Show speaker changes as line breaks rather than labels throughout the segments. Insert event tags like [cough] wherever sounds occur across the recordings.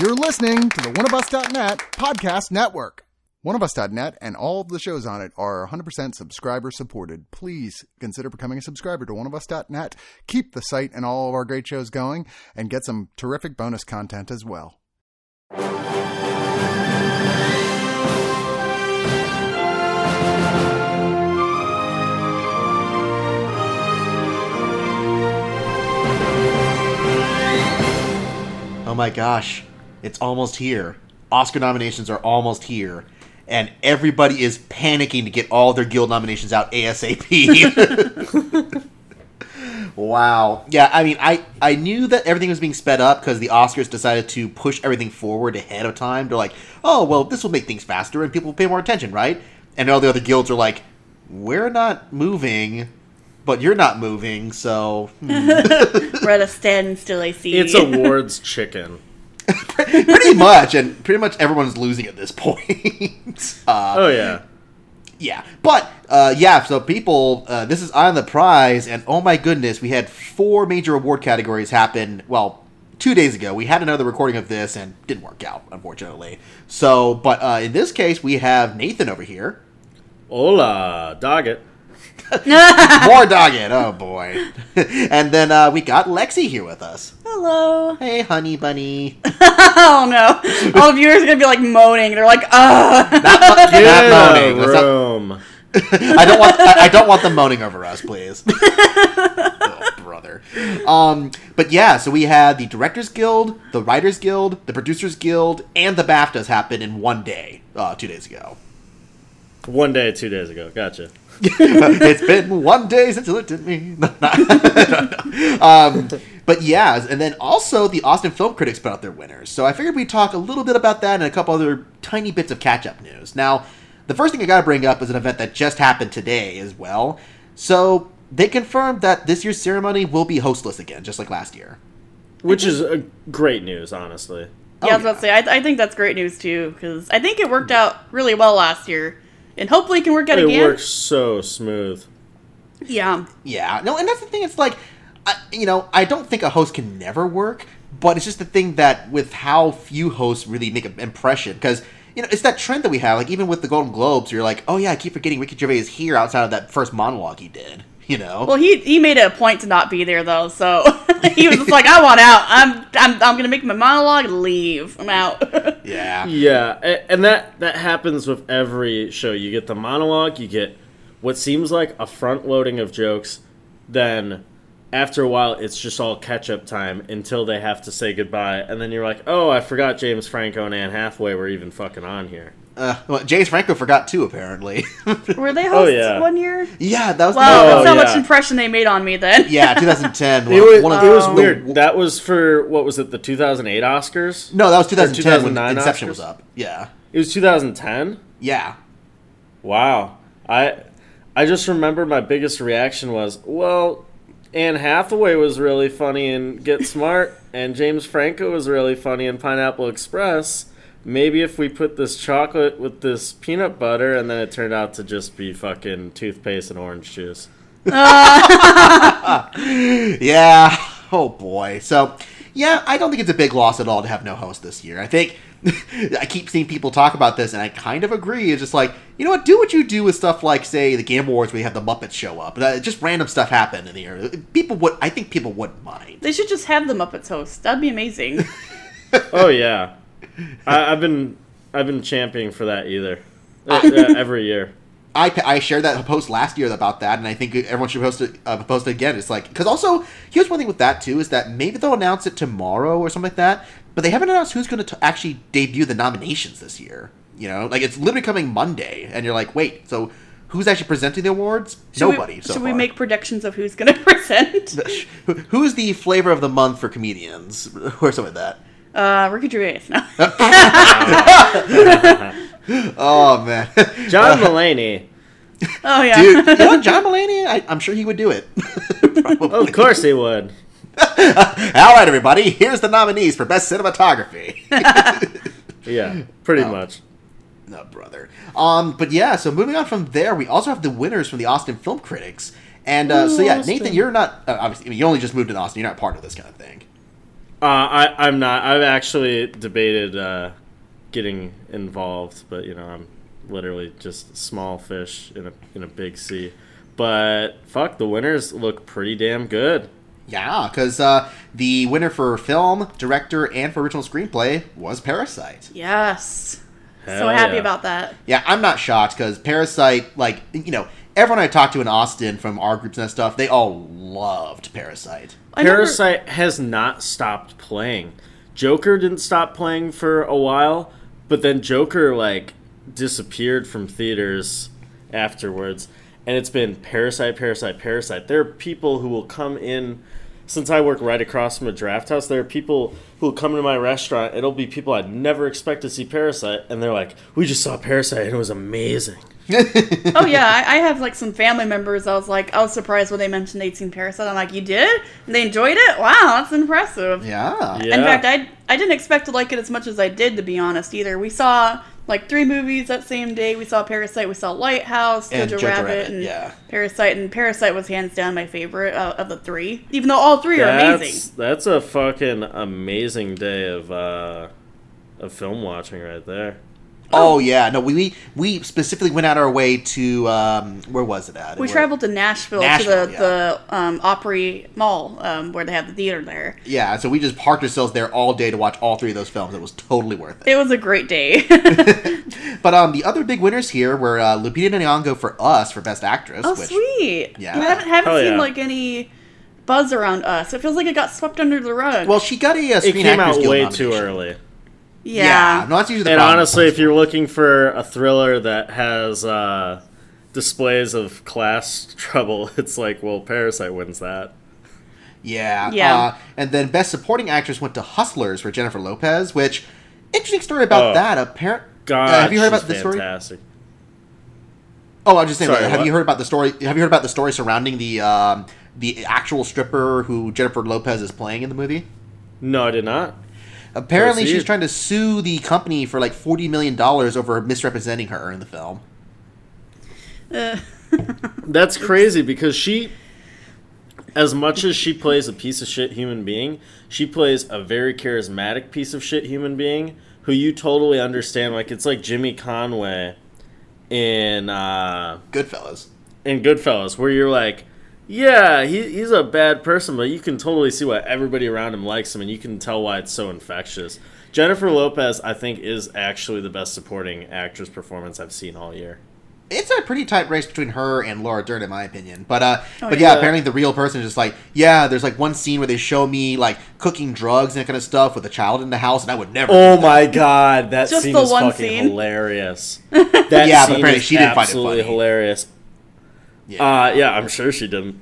You're listening to the oneofus.net podcast network. Oneofus.net and all of the shows on it are 100% subscriber supported. Please consider becoming a subscriber to oneofus.net. Keep the site and all of our great shows going and get some terrific bonus content as well.
Oh my gosh, it's almost here. Oscar nominations are almost here, and everybody is panicking to get all their guild nominations out ASAP. [laughs] wow. Yeah, I mean, I, I knew that everything was being sped up because the Oscars decided to push everything forward ahead of time. They're like, oh, well, this will make things faster and people will pay more attention, right? And all the other guilds are like, we're not moving, but you're not moving, so
We're at a standstill, I see.
It's awards chicken.
pretty much, and pretty much everyone's losing at this point. [laughs] [laughs] Uh,
Oh yeah.
yeah, but uh, yeah, so people, uh, this is on the prize, and oh my goodness, we had four major award categories happen. Well, two days ago, we had another recording of this, and didn't work out, unfortunately. So, but uh, in this case, we have Nathan over here.
Hola, dog
[laughs]
it.
More dogged, oh boy. [laughs] and then uh, we got Lexi here with us.
Hello.
Hey, honey bunny.
Oh no. All the viewers are gonna be like moaning. They're like, ugh.
Not, mo-
Get
not
in
moaning.
the
That's not-
room.
I don't want I, I don't want them moaning over us, please. oh, brother. Um, but yeah, so we had the Directors Guild, the Writers Guild, the Producers Guild, and the BAFTAs happen in one day, uh, two days ago.
One day, two days ago. Gotcha.
[laughs] it's been one day since you looked at me. [laughs] No, no, no, no. um, but yeah, and then also the Austin Film Critics put out their winners. So I figured we'd talk a little bit about that and a couple other tiny bits of catch up news. Now, the first thing I got to bring up is an event that just happened today as well. So they confirmed that this year's ceremony will be hostless again, just like last year.
Which is uh, great news, honestly.
yeah, I was about to say. I, I think that's great news too, because I think it worked out really well last year, and hopefully it can work out
It
again.
works so smooth.
Yeah.
Yeah, no, and that's the thing. It's like, I, you know, I don't think a host can never work, but it's just the thing that with how few hosts really make an impression because. You know, it's that trend that we have. Like even with the Golden Globes, you're like, oh yeah, I keep forgetting Ricky Gervais is here outside of that first monologue he did. [laughs] You know,
Well, he he made it a point to not be there though, so [laughs] he was just like, I want out. I'm I'm I'm gonna make my monologue and leave. I'm
[laughs]
out.
yeah,
Yeah, a- and that that happens with every show. You get the monologue, you get what seems like a front loading of jokes, then after a while it's just all catch up time until they have to say goodbye, and then you're like, "Oh, I forgot James Franco and Anne Hathaway were even fucking on here."
uh, well, James Franco forgot too, apparently. [laughs]
Were they hosts
Oh, yeah.
one year?
yeah, that was
Wow,
Oh,
that's how much
yeah.
impression they made on me then.
yeah, 2010.
It was,
one of
it was
the-
weird. That was for what was it? The 2008 Oscars?
No, that was 2010 when
2009
Inception
Oscars?
was up. Yeah,
It was 2010.
yeah.
Wow. I I just remember my biggest reaction was, well, Anne Hathaway was really funny in
[laughs]
Get Smart, and James Franco was really funny in Pineapple Express. Maybe if we put this chocolate with this peanut butter, and then it turned out to just be fucking toothpaste and orange juice.
Yeah. [laughs] Oh boy. So, yeah, I don't think it's a big loss at all to have no host this year. I think [laughs] I keep seeing people talk about this, and I kind of agree. It's just like you know what? Do what you do with stuff like say the Game Awards, where you have the Muppets show up. Uh, Just random stuff happened in the year. People would. I think people wouldn't mind.
[laughs] They should just have the Muppets host. That'd be
[laughs]
amazing.
[laughs]
Oh yeah, I, I've been I've been championing for that
[laughs]
either Uh, uh, every year.
I, I shared that post last year about that, and I think everyone should post it, uh, post it again. It's like because also here's one thing with that too is that maybe they'll announce it tomorrow or something like that, but they haven't announced who's going to actually debut the nominations this year. You know, like it's literally coming Monday, and you're like, wait, so who's actually presenting the awards?
Should we-
Nobody. so
should we
far.
make predictions of who's going to [laughs] present?
[laughs] Who- who's the flavor of the month for comedians [laughs] or something like that?
Uh, Ricky Gervais. [laughs] No.
Oh man, [laughs]
John Mulaney.
Oh yeah.
dude, you know, John Mulaney, I, I'm sure he would do it. [laughs] Probably.
Of course he would.
All right, everybody, here's the nominees for best cinematography.
Yeah, pretty much.
No, brother. Um, but yeah, so moving on from there, we also have the winners from the Austin Film Critics. And uh, so yeah, Nathan, you're not uh, obviously I mean, you only just moved to Austin. You're not part of this kind of thing.
Uh, I, I'm not. I've actually debated uh, getting involved, but you know, I'm literally just small fish in a in a big sea. But fuck, the winners look pretty damn good.
Yeah, because uh, the winner for film, director, and for original screenplay was Parasite.
[laughs] Yes. so
Hell
happy
yeah.
about that.
Yeah, I'm not shocked because Parasite, like, you know, everyone I talked to in Austin from our groups and stuff, they all loved Parasite.
I remember-
Parasite has not stopped playing. Joker didn't stop playing for a while, but then Joker like disappeared from theaters afterwards, and it's been Parasite, Parasite, Parasite. There are people who will come in. Since I work right across from a draft house, there are people who will come to my restaurant. It'll be people I'd never expect to see Parasite, and they're like, "We just saw Parasite, and it was amazing."
oh yeah, I, I have like some family members. I was like, I was surprised when they mentioned they'd seen Parasite. I'm like, you did? And they enjoyed it? Wow, that's impressive.
Yeah.
Yeah.
In fact, I I didn't expect to like it as much as I did, to be honest. Either we saw like three movies that same day. We saw Parasite, we saw Lighthouse,
And
Jojo
Jojo
Rabbit,
Rabbit,
and
yeah.
Parasite. And Parasite was hands down my favorite uh, of the three, even though all three are amazing.
That's a fucking amazing day of uh, of film watching right there.
Oh, yeah. No, we, we we specifically went out our way to um, where was it at? It
We
was-
traveled to Nashville, to
Nashville,
the the um, Opry Mall um, where they have the theater there.
Yeah, so we just parked ourselves there all day to watch all three of those films. It was totally worth it.
It was a
[laughs]
great day. [laughs]
But um, the other big winners here were uh, Lupita Nyong'o for Us for Best Actress.
Oh,
which,
sweet.
Yeah.
I haven't, haven't
Hell
seen
yeah.
like any buzz around us. It feels like it got swept under the rug.
Well, she got a, uh
It
Screen
came
Actors
out
Guild
way
nomination.
too early.
yeah.
Yeah, no, that's usually the
And
problem.
honestly, if you're looking for a thriller that has uh, displays of class [laughs] trouble, it's like, well, Parasite wins that.
yeah,
Yeah.
Uh, and then Best Supporting Actress went to Hustlers for Jennifer Lopez, which interesting story about
Oh.
that. Apparent. uh,
God,
have you heard
she's
about this story?
fantastic.
Oh, I was just saying.
Sorry,
like, have
what?
you heard about the story? Have you heard about the story surrounding the um, the actual stripper who Jennifer Lopez is playing in the movie?
No, I did not.
Apparently, she's
Proceed.
trying to sue the company for like forty million dollars over misrepresenting her in the film.
Uh,
That's crazy because she, as much as she plays a piece of shit human being, she plays a very charismatic piece of shit human being who you totally understand. Like it's like Jimmy Conway in uh,
Goodfellas.
in Goodfellas, where you're like, yeah, he, he's a bad person, but you can totally see why everybody around him likes him, and you can tell why it's so infectious. Jennifer Lopez, I think, is actually the best supporting actress performance I've seen all year.
It's a pretty tight race between her and Laura Dern, in my opinion. But uh,
Oh,
but yeah,
yeah.
apparently the real person is just like, yeah. There's like one scene where they show me like cooking drugs and that kind of stuff with a child in the house, and I would never.
Oh my god, that
Just
scene
the
is
one
fucking
scene. [laughs]
hilarious. That
Yeah, but
scene
apparently
is
she didn't find it
absolutely
funny.
hilarious.
Yeah.
Uh, yeah, I'm sure she didn't.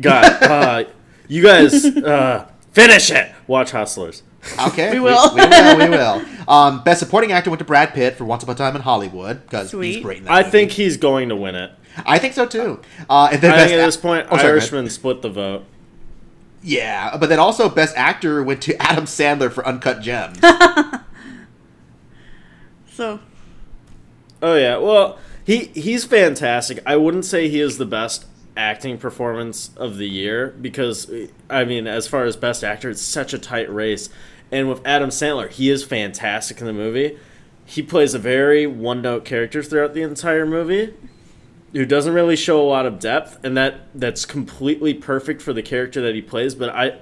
God,
[laughs]
uh, you guys uh, finish it. Watch Hustlers.
[laughs] okay,
we will.
We, will.
[laughs]
We will. Um, best supporting actor went to Brad Pitt for Once Upon a Time in Hollywood because he's
Sweet.
great. In that
I
movie.
think he's going to win it.
I think so too. Uh, and then
I
best
think at
ac-
this point,
Oh, sorry, go ahead.
Irishman split the vote.
Yeah, but then also best actor went to [laughs] Adam Sandler for Uncut Gems.
so
Oh yeah, well he he's fantastic. I wouldn't say he is the best acting performance of the year because I mean, as far as best actor, it's such a tight race. And with Adam Sandler, he is fantastic in the movie. He plays a very one-note character throughout the entire movie who doesn't really show a lot of depth and that that's completely perfect for the character that he plays, but I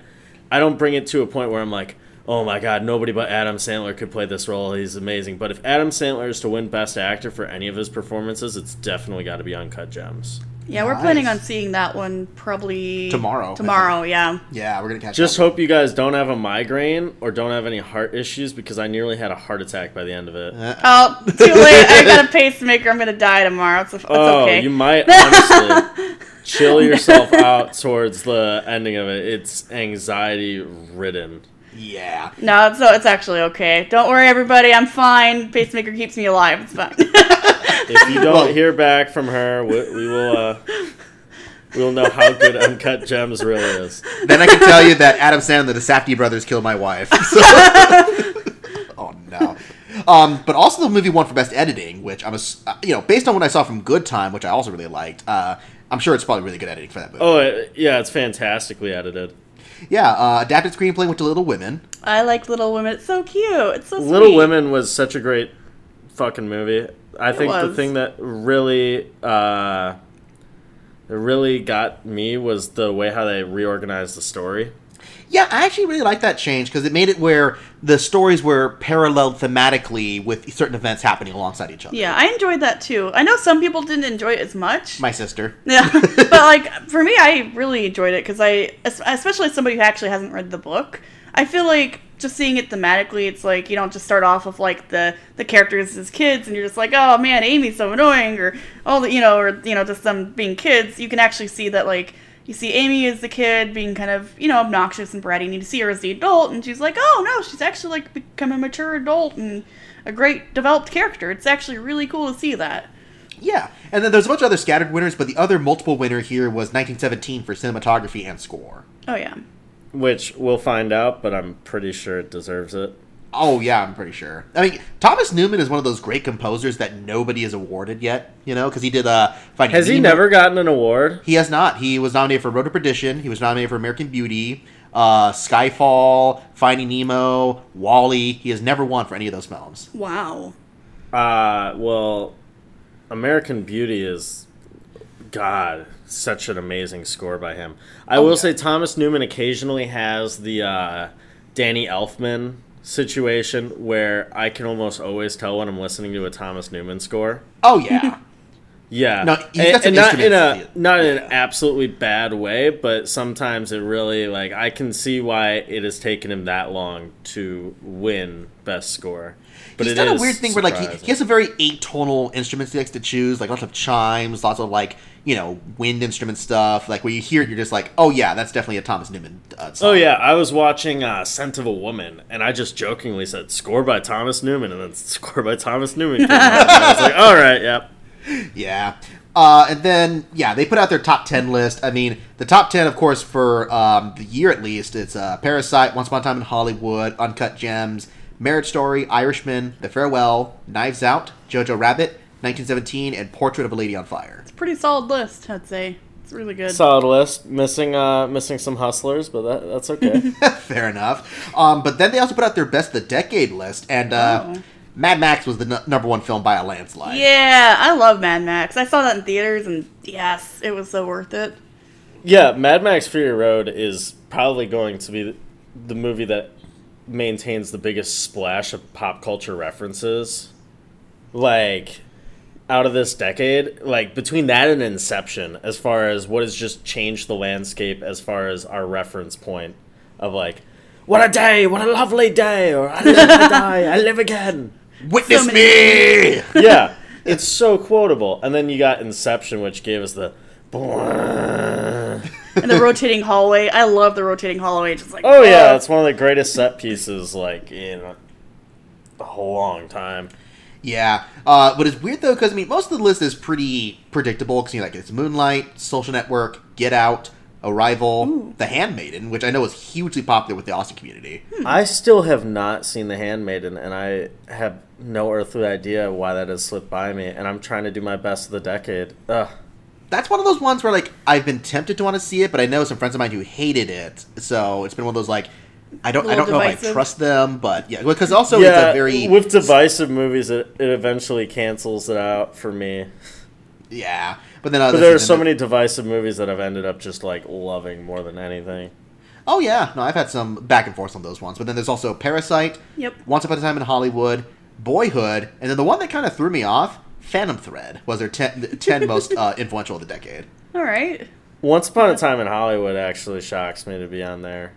I don't bring it to a point where I'm like, oh my god, nobody but Adam Sandler could play this role. He's amazing. But if Adam Sandler is to win Best Actor for any of his performances, it's definitely got to be Uncut Gems.
yeah, we're planning
Nice.
on seeing that one probably
Tomorrow, I [laughs]
Tomorrow, yeah.
yeah, we're gonna catch.
Just
that one.
hope you guys don't have a migraine or don't have any heart issues because I nearly had a heart attack by the end of it.
Oh, too late. I
[laughs]
got a pacemaker. I'm gonna die tomorrow. It's, it's
oh,
okay.
you might honestly chill yourself out towards the ending of it. It's anxiety ridden.
Yeah.
no, it's, it's actually okay. Don't worry, everybody. I'm fine. Pacemaker keeps me alive. It's fine. [laughs]
If you
Well-
don't hear back from her, we, we will uh, we'll know how good Uncut Gems really is.
Then I can tell you that Adam Sandler, the Safdie brothers, killed my wife. [laughs] So- oh no. Um, but also the movie won for best editing, which I'm, ass- uh, you know, based on what I saw from Good Time, which I also really liked. Uh, I'm sure it's probably really good editing for that movie.
Oh, it, yeah, it's fantastically edited.
yeah, uh, adapted screenplay went to Little Women.
I like Little Women. It's so cute. It's so
Little
sweet.
Women was such a great fucking movie. I think the
was.
thing that really uh that really got me was the way how they reorganized the story.
Yeah, I actually really like that change because it made it where the stories were paralleled thematically with certain events happening alongside each other.
Yeah, I enjoyed that too. I know some people didn't enjoy it as much.
My sister.
yeah, [laughs] but like for me, I really enjoyed it because I, es- especially as somebody who actually hasn't read the book, I feel like just seeing it thematically, it's like you don't just start off with like the the characters as kids, and you're just like, oh man, Amy's so annoying, or all the you know, or you know, just them being kids. You can actually see that like you see Amy as the kid being kind of you know obnoxious and bratty, and you see her as the adult, and she's like, oh no, she's actually like become a mature adult and a great developed character. It's actually really cool to see that.
Yeah, and then there's a bunch of other scattered winners, but the other multiple winner here was 1917 for cinematography and score.
Oh yeah.
Which we'll find out, but I'm pretty sure it deserves it.
Oh yeah, I'm pretty sure. I mean, Thomas Newman is one of those great composers that nobody is awarded yet. You know, because he did uh, Finding
Has he
Nemo.
never gotten an award?
He has not. He was nominated for Road to Perdition. He was nominated for American Beauty, uh, Skyfall, Finding Nemo, Wally. He has never won for any of those films.
Wow.
Uh well American Beauty is God, such an amazing score by him. I
Oh,
will say Thomas Newman occasionally has the uh, Danny Elfman situation where I can almost always tell when I'm listening to a Thomas Newman score.
Oh [laughs] yeah,
Yeah,
No, he's got some
and, and not in a
instruments.
not in an
Yeah.
absolutely bad way, but sometimes it really like I can see why it has taken him that long to win best score. But
he's
it
done a
is
weird thing where like he,
surprising.
he has a very atonal instruments he likes to choose, like lots of chimes, lots of like you know wind instrument stuff. Like where you hear it, you're just like, oh yeah, that's definitely a Thomas Newman. Uh, song.
Oh yeah, I was watching uh, "Scent of a Woman," and I just jokingly said "score by Thomas Newman," and then [laughs] "score by Thomas Newman." Came out, and I was like, "All right, yep."
Yeah. Uh, and then, yeah, they put out their top 10 list. I mean, the top 10, of course, for um, the year at least, it's uh, Parasite, Once Upon a Time in Hollywood, Uncut Gems, Marriage Story, Irishman, The Farewell, Knives Out, Jojo Rabbit, 1917, and Portrait of a Lady on Fire.
Pretty solid list, I'd say. It's really good.
Solid list, missing uh, missing some hustlers, but that, that's okay.
[laughs] Fair enough. Um, but then they also put out their Best of the Decade list, and uh,
Oh.
Mad Max was the n- number one film by a landslide.
yeah, I love Mad Max. I saw that in theaters and yes, it was so worth it.
yeah, Mad Max: Fury Road is probably going to be the, the movie that maintains the biggest splash of pop culture references, like out of this decade. Like between that and Inception, as far as what has just changed the landscape, as far as our reference point of like, what a day, what a lovely day, or I live and I die, I live again.
Witness
So
me!
Yeah, it's so quotable. And then you got Inception, which gave us the.
And the
[laughs]
rotating hallway. I love the rotating hallway. Just like
Oh
Uh,
yeah, it's one of the greatest set pieces like in a whole long time.
Yeah. Uh, but it's weird though, because I mean, most of the list is pretty predictable. Because you know, like it's Moonlight, Social Network, Get Out, Arrival, The Handmaiden, which I know is hugely popular with the Austin community.
I still have not seen The Handmaiden, and I have no earthly idea why that has slipped by me. And I'm trying to do my best of the decade. Ugh.
That's one of those ones where like I've been tempted to want to see it, but I know some friends of mine who hated it. So it's been one of those like I don't I
Little
don't know if I
divisive.
trust them, but yeah, because also it's
yeah,
a very
with divisive movies, it, it eventually cancels it out for me.
yeah. But then uh,
But
this
there are
is
so
in the-
many divisive movies that I've ended up just like loving more than anything.
Oh yeah, no, I've had some back and forth on those ones, but then there's also Parasite,
Yep.
Once Upon a Time in Hollywood, Boyhood, and then the one that kind of threw me off, Phantom Thread, was their ten, the 10 most uh, influential of the decade.
all right.
Once Upon a Time in Hollywood actually shocks me to be
[laughs]
on there.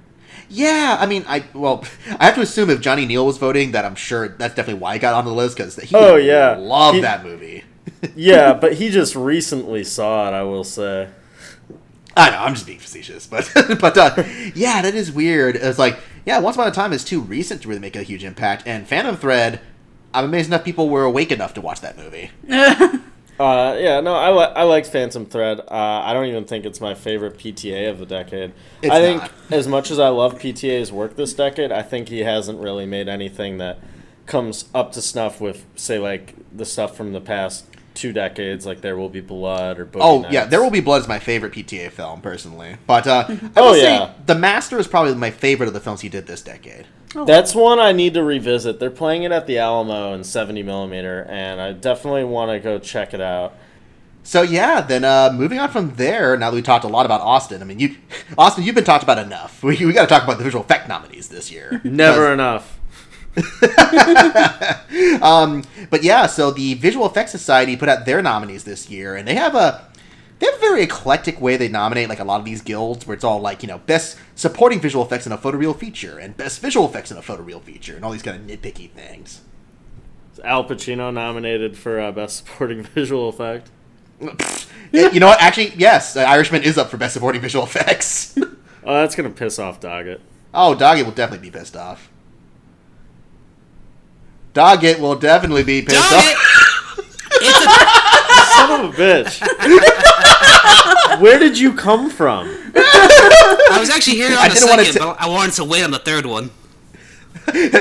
Yeah, I mean, I well, [laughs] I have to assume if Johnny Neal was voting, that I'm sure that's definitely why I got on the list because he
Oh, yeah.
loved
He-
that movie. [laughs]
Yeah, but he just recently saw it. I will say.
I know I'm just being facetious, but [laughs] but uh, yeah, that is weird. It's like yeah, Once Upon a Time is too recent to really make a huge impact, and Phantom Thread, I'm amazed enough people were awake enough to watch that movie.
Uh, yeah, no, I, li- I like Phantom Thread. Uh, I don't even think it's my favorite PTA of the decade.
It's
I think
not.
as much as I love PTA's work this decade, I think he hasn't really made anything that comes up to snuff with, say, like the stuff from the past two decades, like There Will Be Blood or Boogie
Oh yeah,
Nights.
There Will Be Blood is my favorite PTA film personally, but uh, I
Oh,
will say
yeah.
The Master is probably my favorite of the films he did this decade.
That's one I need to revisit. They're playing it at the Alamo in 70 millimeter, and I definitely want to go check it out.
So yeah, then uh, moving on from there. Now that we talked a lot about Austin, I mean, you, Austin, you've been talked about enough. We, we got to talk about the visual effect nominees this
[laughs]
year.
Never enough.
um, but yeah, so the Visual Effects Society put out their nominees this year, and they have a they have a very eclectic way they nominate like a lot of these guilds, where it's all like you know best supporting visual effects in a photoreal feature, and best visual effects in a photoreal feature, and all these kind of nitpicky things.
Is Al Pacino nominated for uh, best supporting [laughs] visual effect.
Eh, you know what? Actually, yes, uh, Irishman is up for best supporting visual effects.
Oh, that's gonna piss off Doggett.
oh, Doggett will definitely be pissed off. Doggett will definitely be pissed off. [laughs]
Son of a bitch. Where did you come from?
I was actually here on
I
the
didn't wanna
second,
ta-
but I wanted to wait on the
[laughs]
third one.
Do-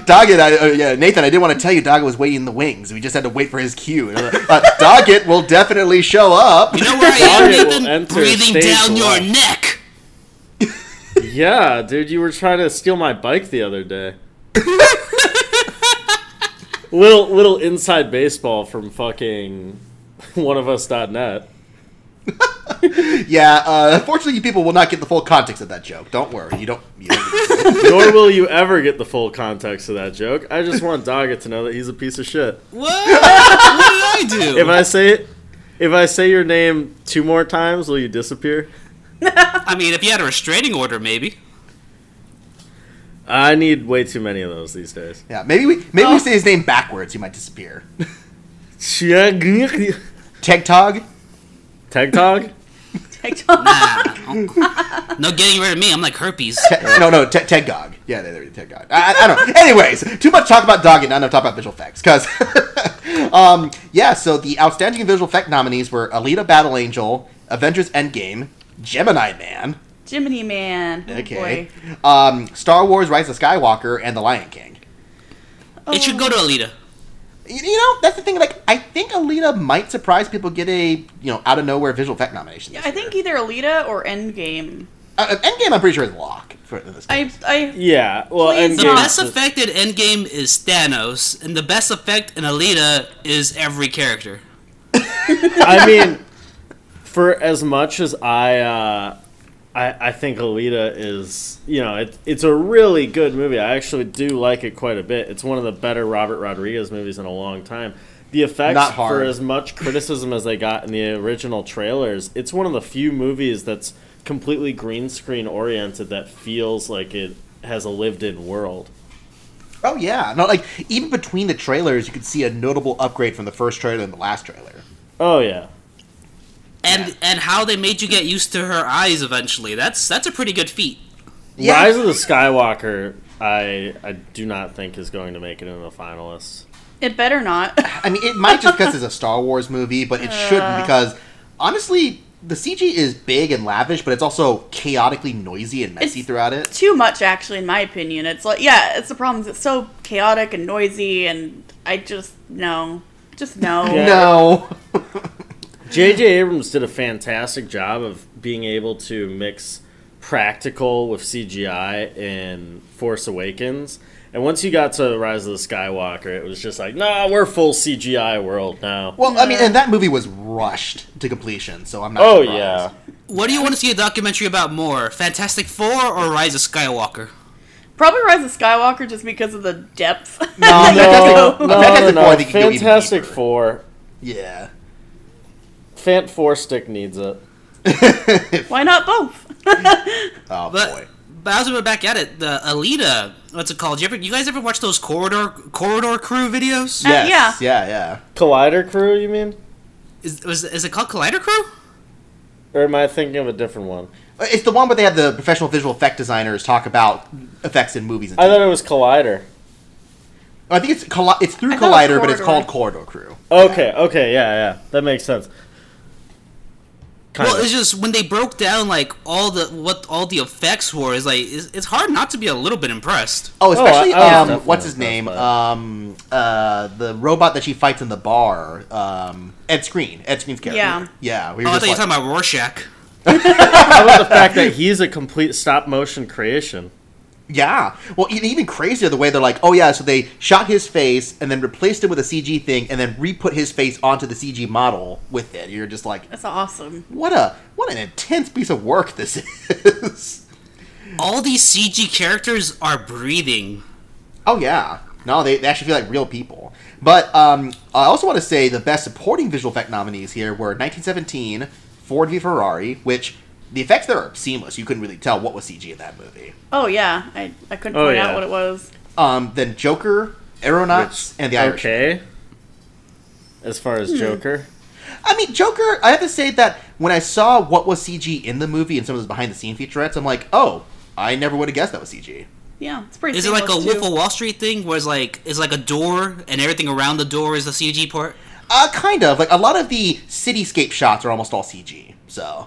Doggett, I, uh, yeah, Nathan, I did want to tell you Doggett was waiting in the wings. We just had to wait for his cue. Uh, Doggett will definitely show up.
You know where I am,
Doggett will
Nathan?
enter
Breathing
stage
down your
left.
neck.
Yeah, dude, you were trying to steal my bike the other day. little little inside baseball from fucking oneofus.net.
Yeah, uh, unfortunately, you people will not get the full context of that joke. Don't worry, you don't. You don't
Nor will you ever get the full context of that joke. I just want Doggett to know that he's a piece of shit. [laughs]
What? what did I do?
If I say it, if I say your name two more times, will you disappear?
I mean, if you had a restraining order,
[laughs]
maybe.
I need way too many of those these days.
yeah, maybe we maybe we say his name backwards. He might disappear. Teg Tog.
Tag Tog? [laughs]
No getting rid of me. I'm like herpes.
Te- [laughs] no, no, Te- Ted Gog. Yeah, there, there, Ted Gog. I, I, I don't know. Anyways, too much talk about Doggett, not enough talk about visual effects. Because, [laughs] um, yeah, so the outstanding visual effect nominees were Alita Battle Angel, Avengers Endgame, Gemini Man,
Jiminy Man. Oh,
okay,
boy.
um, Star Wars Rise of Skywalker, and The Lion King.
It should go to Alita.
You, you know, that's the thing. Like, I think Alita might surprise people get a, you know, out of nowhere visual effect nomination. this
I
year.
think either Alita or Endgame.
Uh, Endgame, I'm pretty sure, is lock for in this.
I I
Yeah. Well,
Please
and
The
Yeah.
best effect in Endgame is Thanos, and the best effect in Alita is every character.
[laughs] I mean, for as much as I, uh, I, I think Alita is, you know, it, it's a really good movie. I actually do like it quite a bit. It's one of the better Robert Rodriguez movies in a long time. The effects,
Not hard.
for as much criticism as they got in the original trailers, it's one of the few movies that's completely green screen oriented that feels like it has a lived in world.
Oh yeah, no, like even between the trailers, you could see a notable upgrade from the first trailer and the last trailer.
Oh yeah.
And and how they made you get used to her eyes eventually. That's that's a pretty good feat.
Yeah.
Rise of the Skywalker, I I do not think is going to make it in the finalists.
it better not. [laughs]
I mean, it might just because it's a Star Wars movie, but it shouldn't because honestly, the CG is big and lavish, but it's also chaotically noisy and messy
It's-
throughout it.
Too much, actually, in my opinion. It's like yeah, it's the problem. is It's so chaotic and noisy, and I just no, just no.
Yeah.
No,
J.J. Abrams did a fantastic job of being able to mix practical with CGI in Force Awakens. And once you got to Rise of the Skywalker, it was just like, nah, we're full CGI world now.
well, I mean, and that movie was rushed to completion, so I'm not.
oh,
surprised.
yeah.
What do you want to see a documentary about more, Fantastic Four or Rise of Skywalker?
Probably Rise of Skywalker just because of the depth. [laughs]
No,
No, no,
Fantastic, Fantastic Four,
no,
I
no.
think you go even
Fantastic
deeper.
Four.
Yeah.
Fant Four Stick needs it.
Why not both?
Oh
But
boy.
but as we went back at it, the Alita, what's it called? You ever you guys ever watch those corridor corridor crew videos?
Yes. Yeah. Yeah.
Collider Crew, you mean?
Is was is it called Collider Crew?
Or am I thinking of a different one?
It's the one where they have the professional visual effect designers talk about effects in movies. And
I thought it was Collider.
I think it's colli- it's through
I thought it
Collider,
was
but it's
Corridor.
Oh, called Corridor Crew.
Okay, okay, yeah, yeah. That makes sense. Kind
well,
of.
it's just when they broke down like all the what all the effects were is like it's, it's hard not to be a little bit impressed.
Oh, especially
I- I was
um,
definitely
what's his
impressed
name?
by it.
Um, uh, the robot that she fights in the bar. Um, Ed Screen. Ed Screen's character.
Yeah.
yeah. We
Oh,
were
I
just
thought you
like,
were talking about Rorschach.
How about the fact that he's a complete stop motion creation?
yeah. Well, e- even crazier the way they're like, oh yeah, so they shot his face and then replaced it with a CG thing and then re-put his face onto the CG model with it. You're just like,
That's awesome.
what a what an intense piece of work this [laughs] is.
All these CG characters are breathing.
Oh yeah. No, they, they actually feel like real people. But um, I also want to say the best supporting visual effect nominees here were 1917, Ford v Ferrari, which the effects there are seamless. You couldn't really tell what was CG in that movie.
Oh yeah, I, I couldn't
Oh,
point
yeah.
out what it was.
Um, then Joker,
Uh,
Aeronauts, and the Irish.
Okay. As far as Joker,
I mean, Joker. I have to say that when I saw what was CG in the movie and some of those behind the scene featurettes, I'm like, oh, I never would have guessed that was CG.
Yeah, it's pretty.
Is it like a
seamless,
Wolf
too.
of Wall Street thing, where it's like it's like a door and everything around the door is the CG part?
Uh, kind of. Like a lot of the cityscape shots are almost all CG. So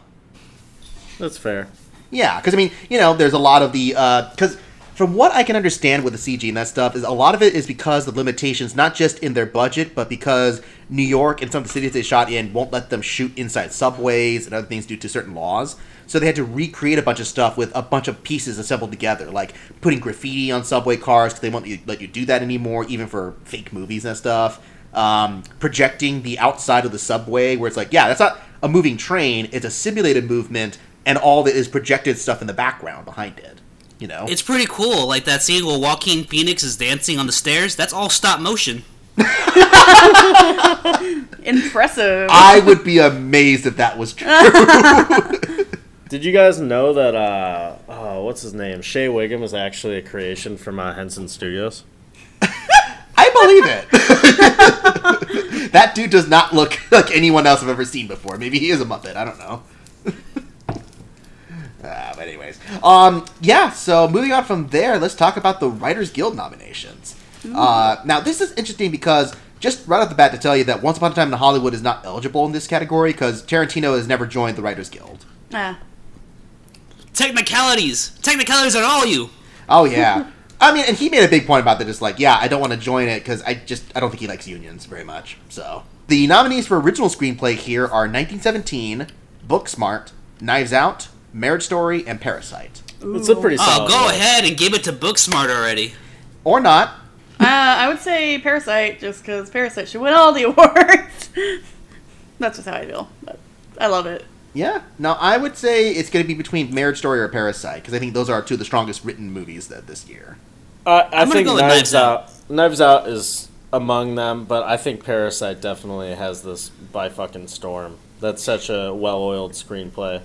that's fair.
Yeah, because I mean, you know, there's a lot of the because from what I can understand with the CG and that stuff is a lot of it is because of limitations, not just in their budget, but because New York and some of the cities they shot in won't let them shoot inside subways and other things due to certain laws. So they had to recreate a bunch of stuff with a bunch of pieces assembled together, like putting graffiti on subway cars because they won't let you- let you do that anymore, even for fake movies and stuff. Um, projecting the outside of the subway, where it's like, yeah, that's not a moving train; it's a simulated movement and all that is projected stuff in the background behind it. You know,
It's pretty cool. Like that scene where Joaquin Phoenix is dancing on the stairs. That's all stop motion.
Impressive.
Ah.
I would be amazed if that was true.
Did you guys know that? Uh, oh, what's his name? Shea Wiggum was actually a creation from uh, Henson Studios.
I believe it. [laughs] that dude does not look [laughs] like anyone else I've ever seen before. Maybe he is a Muppet. I don't know. [laughs] Ah, but anyways, um, yeah. So moving on from there, let's talk about the Writers Guild nominations. Uh, now this is interesting because just right off the bat to tell you that Once Upon a Time in Hollywood is not eligible in this category because Tarantino has never joined the Writers Guild.
Ah.
Technicalities. Technicalities are all you.
Oh yeah. [laughs] I mean, and he made a big point about that. Just like, yeah, I don't want to join it because I just I don't think he likes unions very much. So the nominees for original screenplay here are 1917, Booksmart, Knives Out, Marriage Story, and Parasite.
It's a pretty
Oh,
solid.
go
list.
ahead and give it to Booksmart already.
Or not.
Uh, I would say Parasite, just because Parasite should win all the [laughs] awards. That's just how I feel. But I love it.
Yeah. Now I would say it's going to be between Marriage Story or Parasite because I think those are two of the strongest written movies that this year.
Uh, I
I'm gonna
think
go with
Knives
Knives Out.
Out. Knives Out is among them, but I think Parasite definitely has this by fucking storm. That's such a well-oiled screenplay.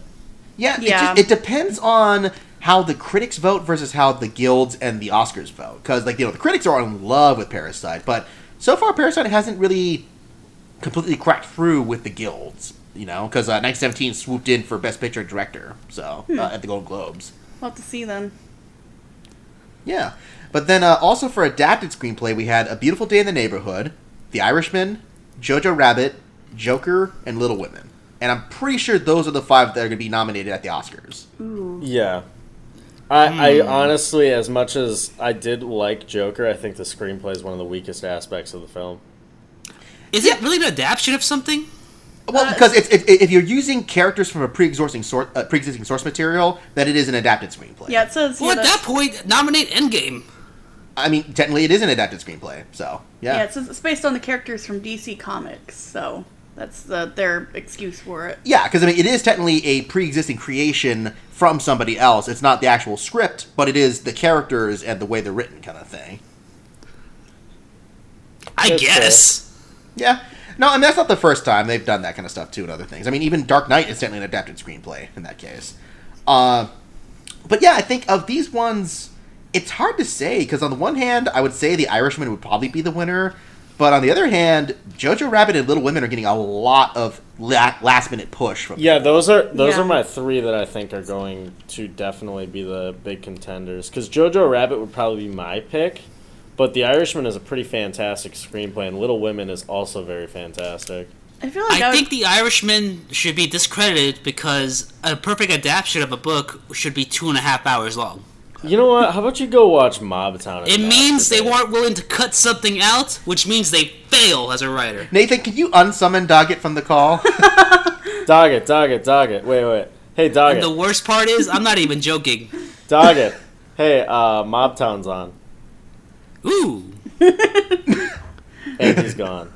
Yeah. It,
Yeah.
just, it depends on how the critics vote versus how the guilds and the Oscars vote. Because like you know the critics are in love with Parasite, but so far Parasite hasn't really completely cracked through with the guilds. You know, because uh, 1917 swooped in for Best Picture and Director, so uh, at the Golden Globes.
We'll have to see then.
Yeah, but then uh, also for adapted screenplay, we had A Beautiful Day in the Neighborhood, The Irishman, Jojo Rabbit, Joker, and Little Women. And I'm pretty sure those are the five that are going to be nominated at the Oscars.
Yeah. I,
Hmm.
I honestly, as much as I did like Joker, I think the screenplay is one of the weakest aspects of the film.
Is it really an adaptation of something?
Well,
Uh,
because it's, it, if you're using characters from a pre-existing source, uh, pre-existing source material, then it is an adapted screenplay.
Yeah, it says.
Well,
yeah,
at
that's-
that point, nominate Endgame.
I mean, technically, it is an adapted screenplay. So, yeah.
Yeah, it says it's based on the characters from DC Comics, so that's the, their excuse for it.
Yeah, because I mean, it is technically a pre-existing creation from somebody else. It's not the actual script, but it is the characters and the way they're written, kind of thing.
I
That's
guess.
Yeah. No, and that's not the first time they've done that kind of stuff too, and other things. I mean, even Dark Knight is certainly an adapted screenplay in that case. Uh, but yeah, I think of these ones, it's hard to say because on the one hand, I would say The Irishman would probably be the winner, but on the other hand, Jojo Rabbit and Little Women are getting a lot of la- last minute push from.
Yeah, those are those
Yeah.
are my three that I think are going to definitely be the big contenders. Because Jojo Rabbit would probably be my pick, but The Irishman is a pretty fantastic screenplay, and Little Women is also very fantastic.
I feel like I,
I
would-
think The Irishman should be discredited because a perfect adaptation of a book should be two and a half hours long.
You know what? How about you go watch Mob Town?
It means they weren't willing to cut something out, which means they fail as a writer.
Nathan, can you unsummon Doggett from the call? [laughs]
Dog it, dog it, dog it. Wait, wait. Hey, dog
And the
it,
worst part is, I'm not even joking.
dog it. Hey, uh, Mob Town's on.
Ooh.
Angie's gone.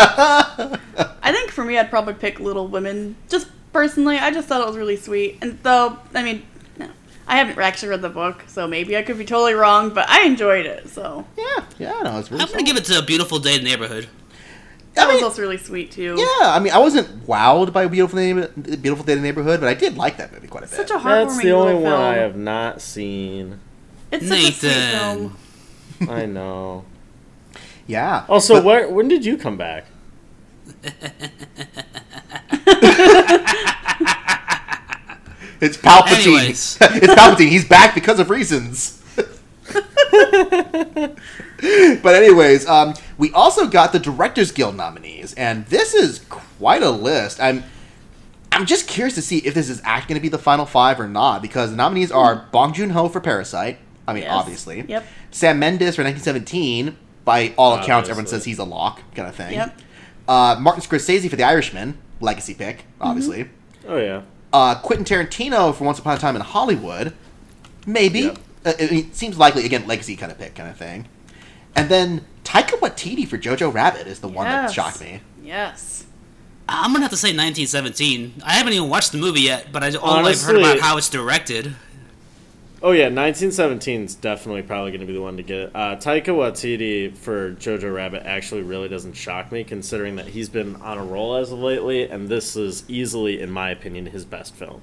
I think for me, I'd probably pick Little Women. Just personally, I just thought it was really sweet. And though, I mean, no, I haven't actually read the book, so maybe I could be totally wrong, but I enjoyed it. So
yeah, yeah, no, it's really.
I'm gonna give it to a beautiful day in the neighborhood.
I
that was
mean-
also really sweet too.
Yeah, I mean, I wasn't wowed by Beautiful Day, Beautiful Day in the Neighborhood, but I did like that movie quite a bit.
Such a heartwarming
That's the only
little
one
film.
I have not seen.
It's such a sweet
Nathan.
film.
I know. [laughs]
yeah.
Also,
But-
where, when did you come back?
It's Palpatine.
Anyways.
[laughs] it's Palpatine. He's back because of reasons. [laughs] but anyways, um, we also got the Directors Guild nominees, and this is quite a list. I'm I'm just curious to see if this is actually going to be the final five or not, because the nominees are Bong Joon Ho for Parasite. I mean,
Hmm. Yes.
obviously.
Yep.
Sam Mendes for 1917. By all accounts, everyone
Obviously.
says he's a lock kind of thing.
Yep.
Uh, Martin Scorsese for The Irishman, legacy pick,
Mm-hmm.
obviously
Oh yeah.
uh, Quentin Tarantino for Once Upon a Time in Hollywood. Maybe.
Yep.
Uh, I mean, it seems likely, again, legacy kind of pick kind of thing. And then Taika Waititi for Jojo Rabbit is the one that
Yes.
shocked me. [laughs]
Yes.
I'm gonna have to say 1917. I haven't even watched the movie yet, but I all I've
Honestly-
heard about how it's directed.
Oh yeah, 1917 is definitely probably going to be the one to get it. Uh, Taika Waititi for Jojo Rabbit actually really doesn't shock me, considering that he's been on a roll as of lately, and this is easily, in my opinion, his best film.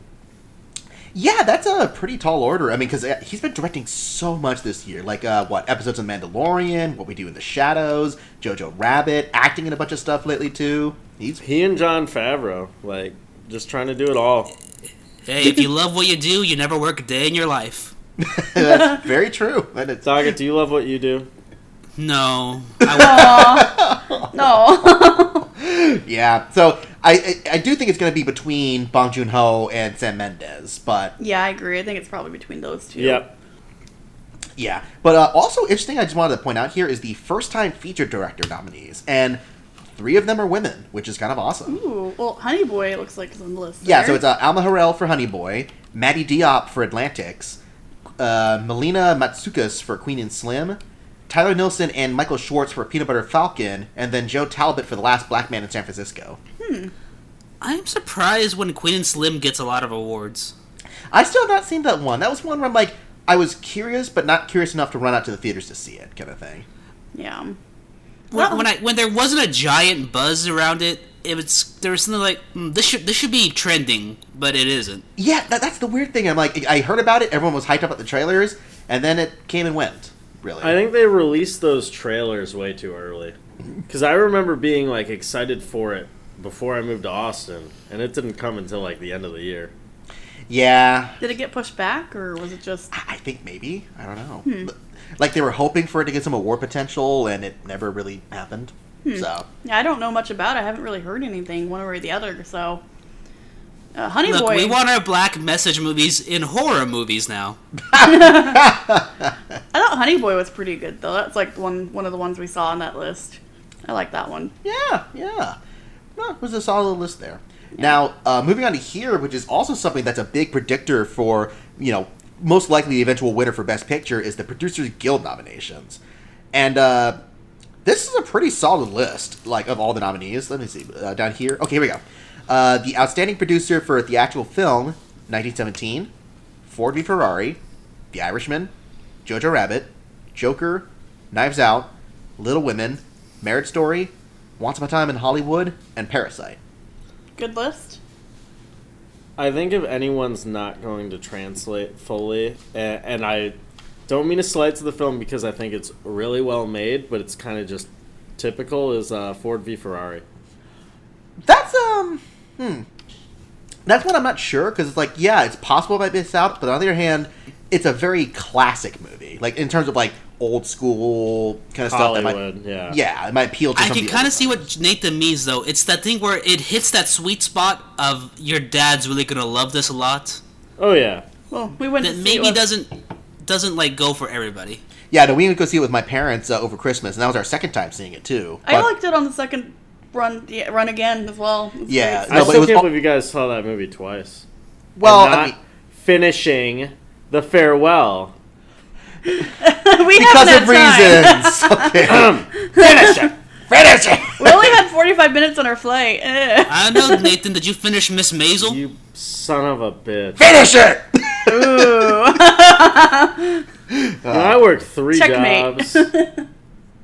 Yeah, that's a pretty tall order. I mean, because he's been directing so much this year. Like, uh, what, episodes of Mandalorian, What We Do in the Shadows, Jojo Rabbit, acting in a bunch of stuff lately, too. He's [laughs]
He and John Favreau, like, just trying to do it all.
Hey, if you love what you do, you never work a day in your life.
that's very true. And it's-
Doggett, do you love what you do?
No, I
No.
yeah, so I, I, I do think it's going to be between Bong Joon Ho and Sam Mendes, but
yeah, I agree. I think it's probably between those two.
Yep.
Yeah, but uh, also interesting. I just wanted to point out here is the first-time feature director nominees, and three of them are women, which is kind of awesome.
Ooh, well, Honey Boy looks like is on the list.
Yeah, so
there.
it's uh, Alma Harrell for Honey Boy, Maddie Diop for Atlantics, uh, Melina Matsukas for Queen and Slim, Tyler Nilsson and Michael Schwartz for Peanut Butter Falcon, and then Joe Talbot for The Last Black Man in San Francisco.
I'm surprised when Queen and Slim gets a lot of awards.
I still have not seen that one. That was one where I'm like, I was curious, but not curious enough to run out to the theaters to see it, kind of thing.
yeah.
When,
Oh.
when I when there wasn't a giant buzz around it, it was there was something like mm, this should this should be trending, but it isn't.
Yeah, that, that's the weird thing. I'm like, I heard about it. Everyone was hyped up at the trailers, and then it came and went. Really,
I think they released those trailers way too early. Because I remember being, like, excited for it before I moved to Austin, and it didn't come until, like, the end of the year.
yeah.
Did it get pushed back, or was it just?
I I think maybe I don't know. Like they were hoping for it to get some award potential, and it never really happened. So
Yeah, I don't know much about. it. I haven't really heard anything one way or the other. So, uh, Honey
Look,
Boy.
we want our black message movies in horror movies now.
I thought Honey Boy was pretty good though. That's like one one of the ones we saw on that list. I like that one.
yeah, yeah. No, it was a solid list there. Now uh, moving on to here, which is also something that's a big predictor for you know most likely the eventual winner for Best Picture is the Producers Guild nominations, and uh, this is a pretty solid list, like of all the nominees. Let me see uh, down here. Okay, here we go. Uh, the outstanding producer for the actual film, 1917, Ford v Ferrari, The Irishman, Jojo Rabbit, Joker, Knives Out, Little Women, Marriage Story, Once Upon a Time in Hollywood, and Parasite.
Good list.
I think if anyone's not going to translate fully, a- and I don't mean to slight to the film because I think it's really well made, but it's kind of just typical, is uh, Ford v Ferrari.
That's um, hmm. That's what I'm not sure because it's like, yeah, it's possible I might miss out, but on the other hand, it's a very classic movie, like in terms of like old school kind of stuff.
Hollywood, yeah.
might, yeah, it might appeal to.
I
some
can
the
kind
older
of see
folks.
what Nathan means, though. It's that thing where it hits that sweet spot of your dad's really gonna love this a lot.
Oh yeah.
Well, we went to
That
see
maybe
it with-
doesn't doesn't like go for everybody.
Yeah, no, we went to go see it with my parents uh, over Christmas, and that was our second time seeing it too.
I
But-
liked it on the second run, yeah, run again as well. It's
Yeah.
great.
No,
I
but it
still
was
can't
al-
believe you guys saw that movie twice.
Well,
And
I
not
mean-
finishing the farewell.
[laughs] we
because
haven't
of
had time.
reasons. okay.
Um, Finish it. Finish it.
we only had forty-five minutes on our
[laughs]
flight. Eh.
I don't know,
[laughs]
Nathan. Did you finish Miss Maisel?
You son of a bitch.
Finish it.
And I worked three
Checkmate.
jobs.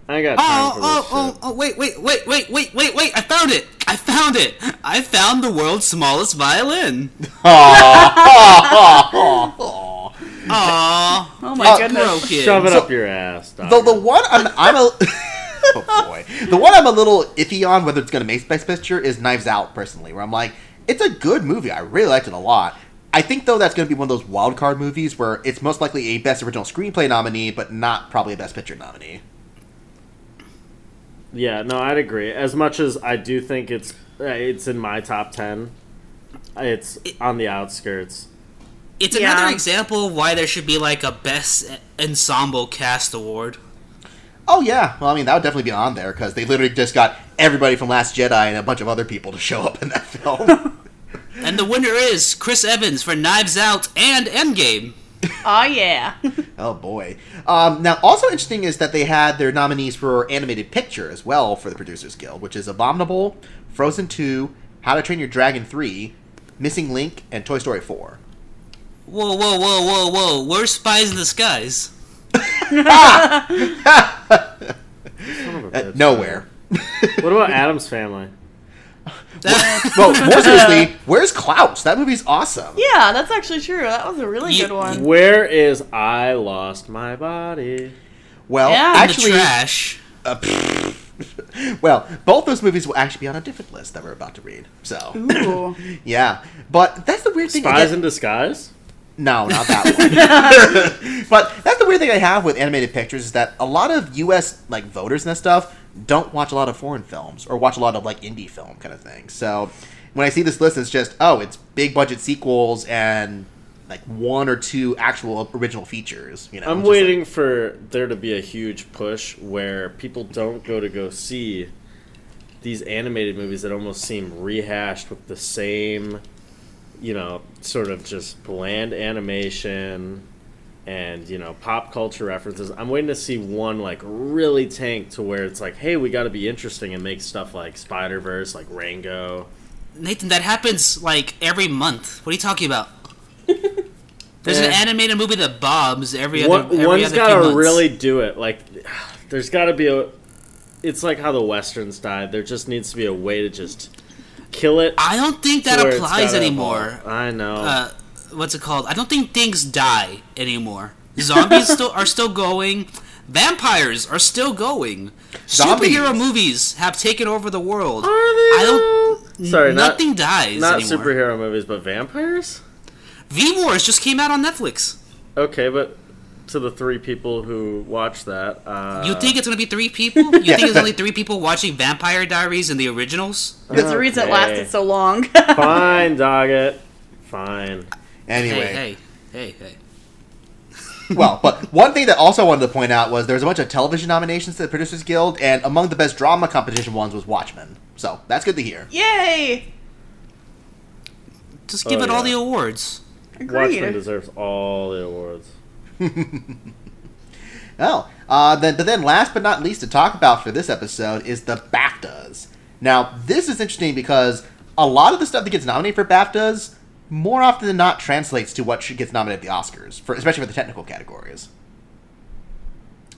I got time
Oh,
for
oh,
this
oh,
shit.
oh, wait, wait, wait, wait, wait, wait, wait. I found it. I found it. I found the world's smallest
[laughs]
violin. [laughs] Aw.
Oh my
Uh,
goodness!
Bro, kid.
Shove it
So-
up your ass. Doc.
the, the one I'm, I'm a [laughs] oh boy, the one I'm a little iffy on whether it's going to make Best Picture is Knives Out personally, where I'm like, it's a good movie. I really liked it a lot. I think though that's going to be one of those wild card movies where it's most likely a Best Original Screenplay nominee, but not probably a Best Picture nominee.
Yeah, no, I'd agree. As much as I do think it's uh, it's in my top ten, it's on the outskirts.
It's
Yeah.
another example of why there should be like a best ensemble cast award.
Oh yeah, well I mean that would definitely be on there because they literally just got everybody from Last Jedi and a bunch of other people to show up in that [laughs] film.
And the winner is Chris Evans for Knives Out and Endgame.
Oh yeah. [laughs]
oh boy. Um, now also interesting is that they had their nominees for animated picture as well for the Producers Guild, which is Abominable, Frozen Two, How to Train Your Dragon Three, Missing Link, and Toy Story Four. Uh,
Whoa, whoa, whoa, whoa, whoa. We're spies in disguise.
Son of a
Uh,
bitch.
nowhere.
What about Adam's family?
well, more seriously, where's Klaus? That movie's awesome.
yeah, that's actually true. That was a really
You-
good one.
Where is I lost my body?
Well,
Yeah.
In
actually,
the trash.
well, both those movies will actually be on a different list that we're about to read. So.
Ooh.
Yeah, but that's the weird thing. I
Spies
guess-
in disguise.
no, not
[laughs]
that one. [laughs] but that's the weird thing I have with animated pictures is that a lot of U.S. like voters and that stuff don't watch a lot of foreign films or watch a lot of like indie film kind of things. So when I see this list, it's just oh, it's big budget sequels and like one or two actual original features. You know,
I'm
just like-
waiting for there to be a huge push where people don't go to go see these animated movies that almost seem rehashed with the same, you know, sort of just bland animation and, you know, pop culture references. I'm waiting to see one like really tank to where it's like, hey, we got to be interesting and make stuff like Spider Verse, like Rango.
Nathan, that happens like every month. What are you
[laughs]
talking about? There's an
Yeah.
animated movie that bombs every
One,
other. Every
one's
other
gotta
few months.
really do it. Like, [sighs] there's got to be a. It's like how the westerns died. There just needs to be a way to just kill it.
I don't think
to
that
where it's
applies
gotta
anymore.
evolve. I know.
Uh, what's it called? I don't think things die anymore.
[laughs]
Zombies still are still going. Vampires are still going.
Zombies.
Superhero movies have taken over the world.
Are they
I don't.
though? Sorry, not-
nothing dies
Not
anymore.
superhero movies, but vampires.
V Wars just came out on Netflix.
Okay, but to the three people who watch that,
[laughs]
uh,
You think it's gonna be three people? You think it's only three people watching Vampire Diaries and the originals?
There's a reason it
Okay.
lasted so long. [laughs]
fine, dog it, fine.
Anyway,
Hey, hey, hey, hey.
well, but one thing that also I wanted to point out was there's a bunch of television nominations to the Producers Guild, and among the best drama competition ones was Watchmen. So that's good to hear.
Yay!
Just give
Oh,
it all
yeah.
the awards.
Watchmen
Agreed.
deserves all the awards.
Oh, uh, then, but then last but not least to talk about for this episode is the BAFTAs. Now, this is interesting because a lot of the stuff that gets nominated for BAFTAs more often than not translates to what should- gets nominated at the Oscars, for, especially for the technical categories.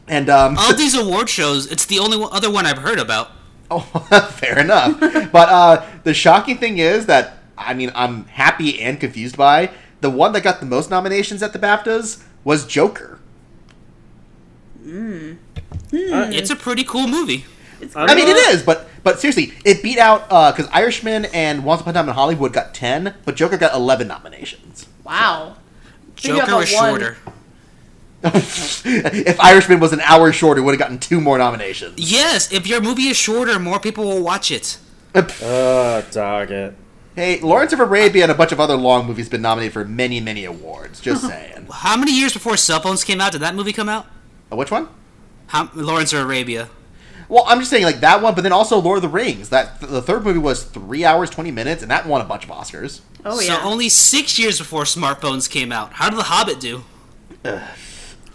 And um,
All these award shows, it's the only one, other one I've heard about.
[laughs]
Mm-hmm.
Oh, [laughs] fair enough. but uh, the shocking thing is that I mean I'm happy and confused by the one that got the most nominations at the BAFTAs was Joker.
Uh,
It's a pretty cool movie.
I mean
Uh-huh.
it is, but but seriously, it beat out uh, because Irishman and Once Upon a Time in Hollywood got ten, but Joker got eleven nominations. [laughs]
Wow. Speaking of
Joker was
a one-
shorter.
if Irishman was an hour shorter, would have gotten two more nominations.
Yes, if your movie is shorter, more people will watch it.
Uh, dog it.
Hey, Lawrence of Arabia and a bunch of other long movies been nominated for many, many awards.
Uh-huh.
Just saying.
How many years before cell phones came out did that movie come out?
Uh, Which one?
How, Lawrence of Arabia.
Well, I'm just saying like that one, but then also Lord of the Rings. That the third movie was three hours twenty minutes, and that won a bunch of Oscars.
Oh
so
yeah.
only six years before smartphones came out. How did The Hobbit do?
well,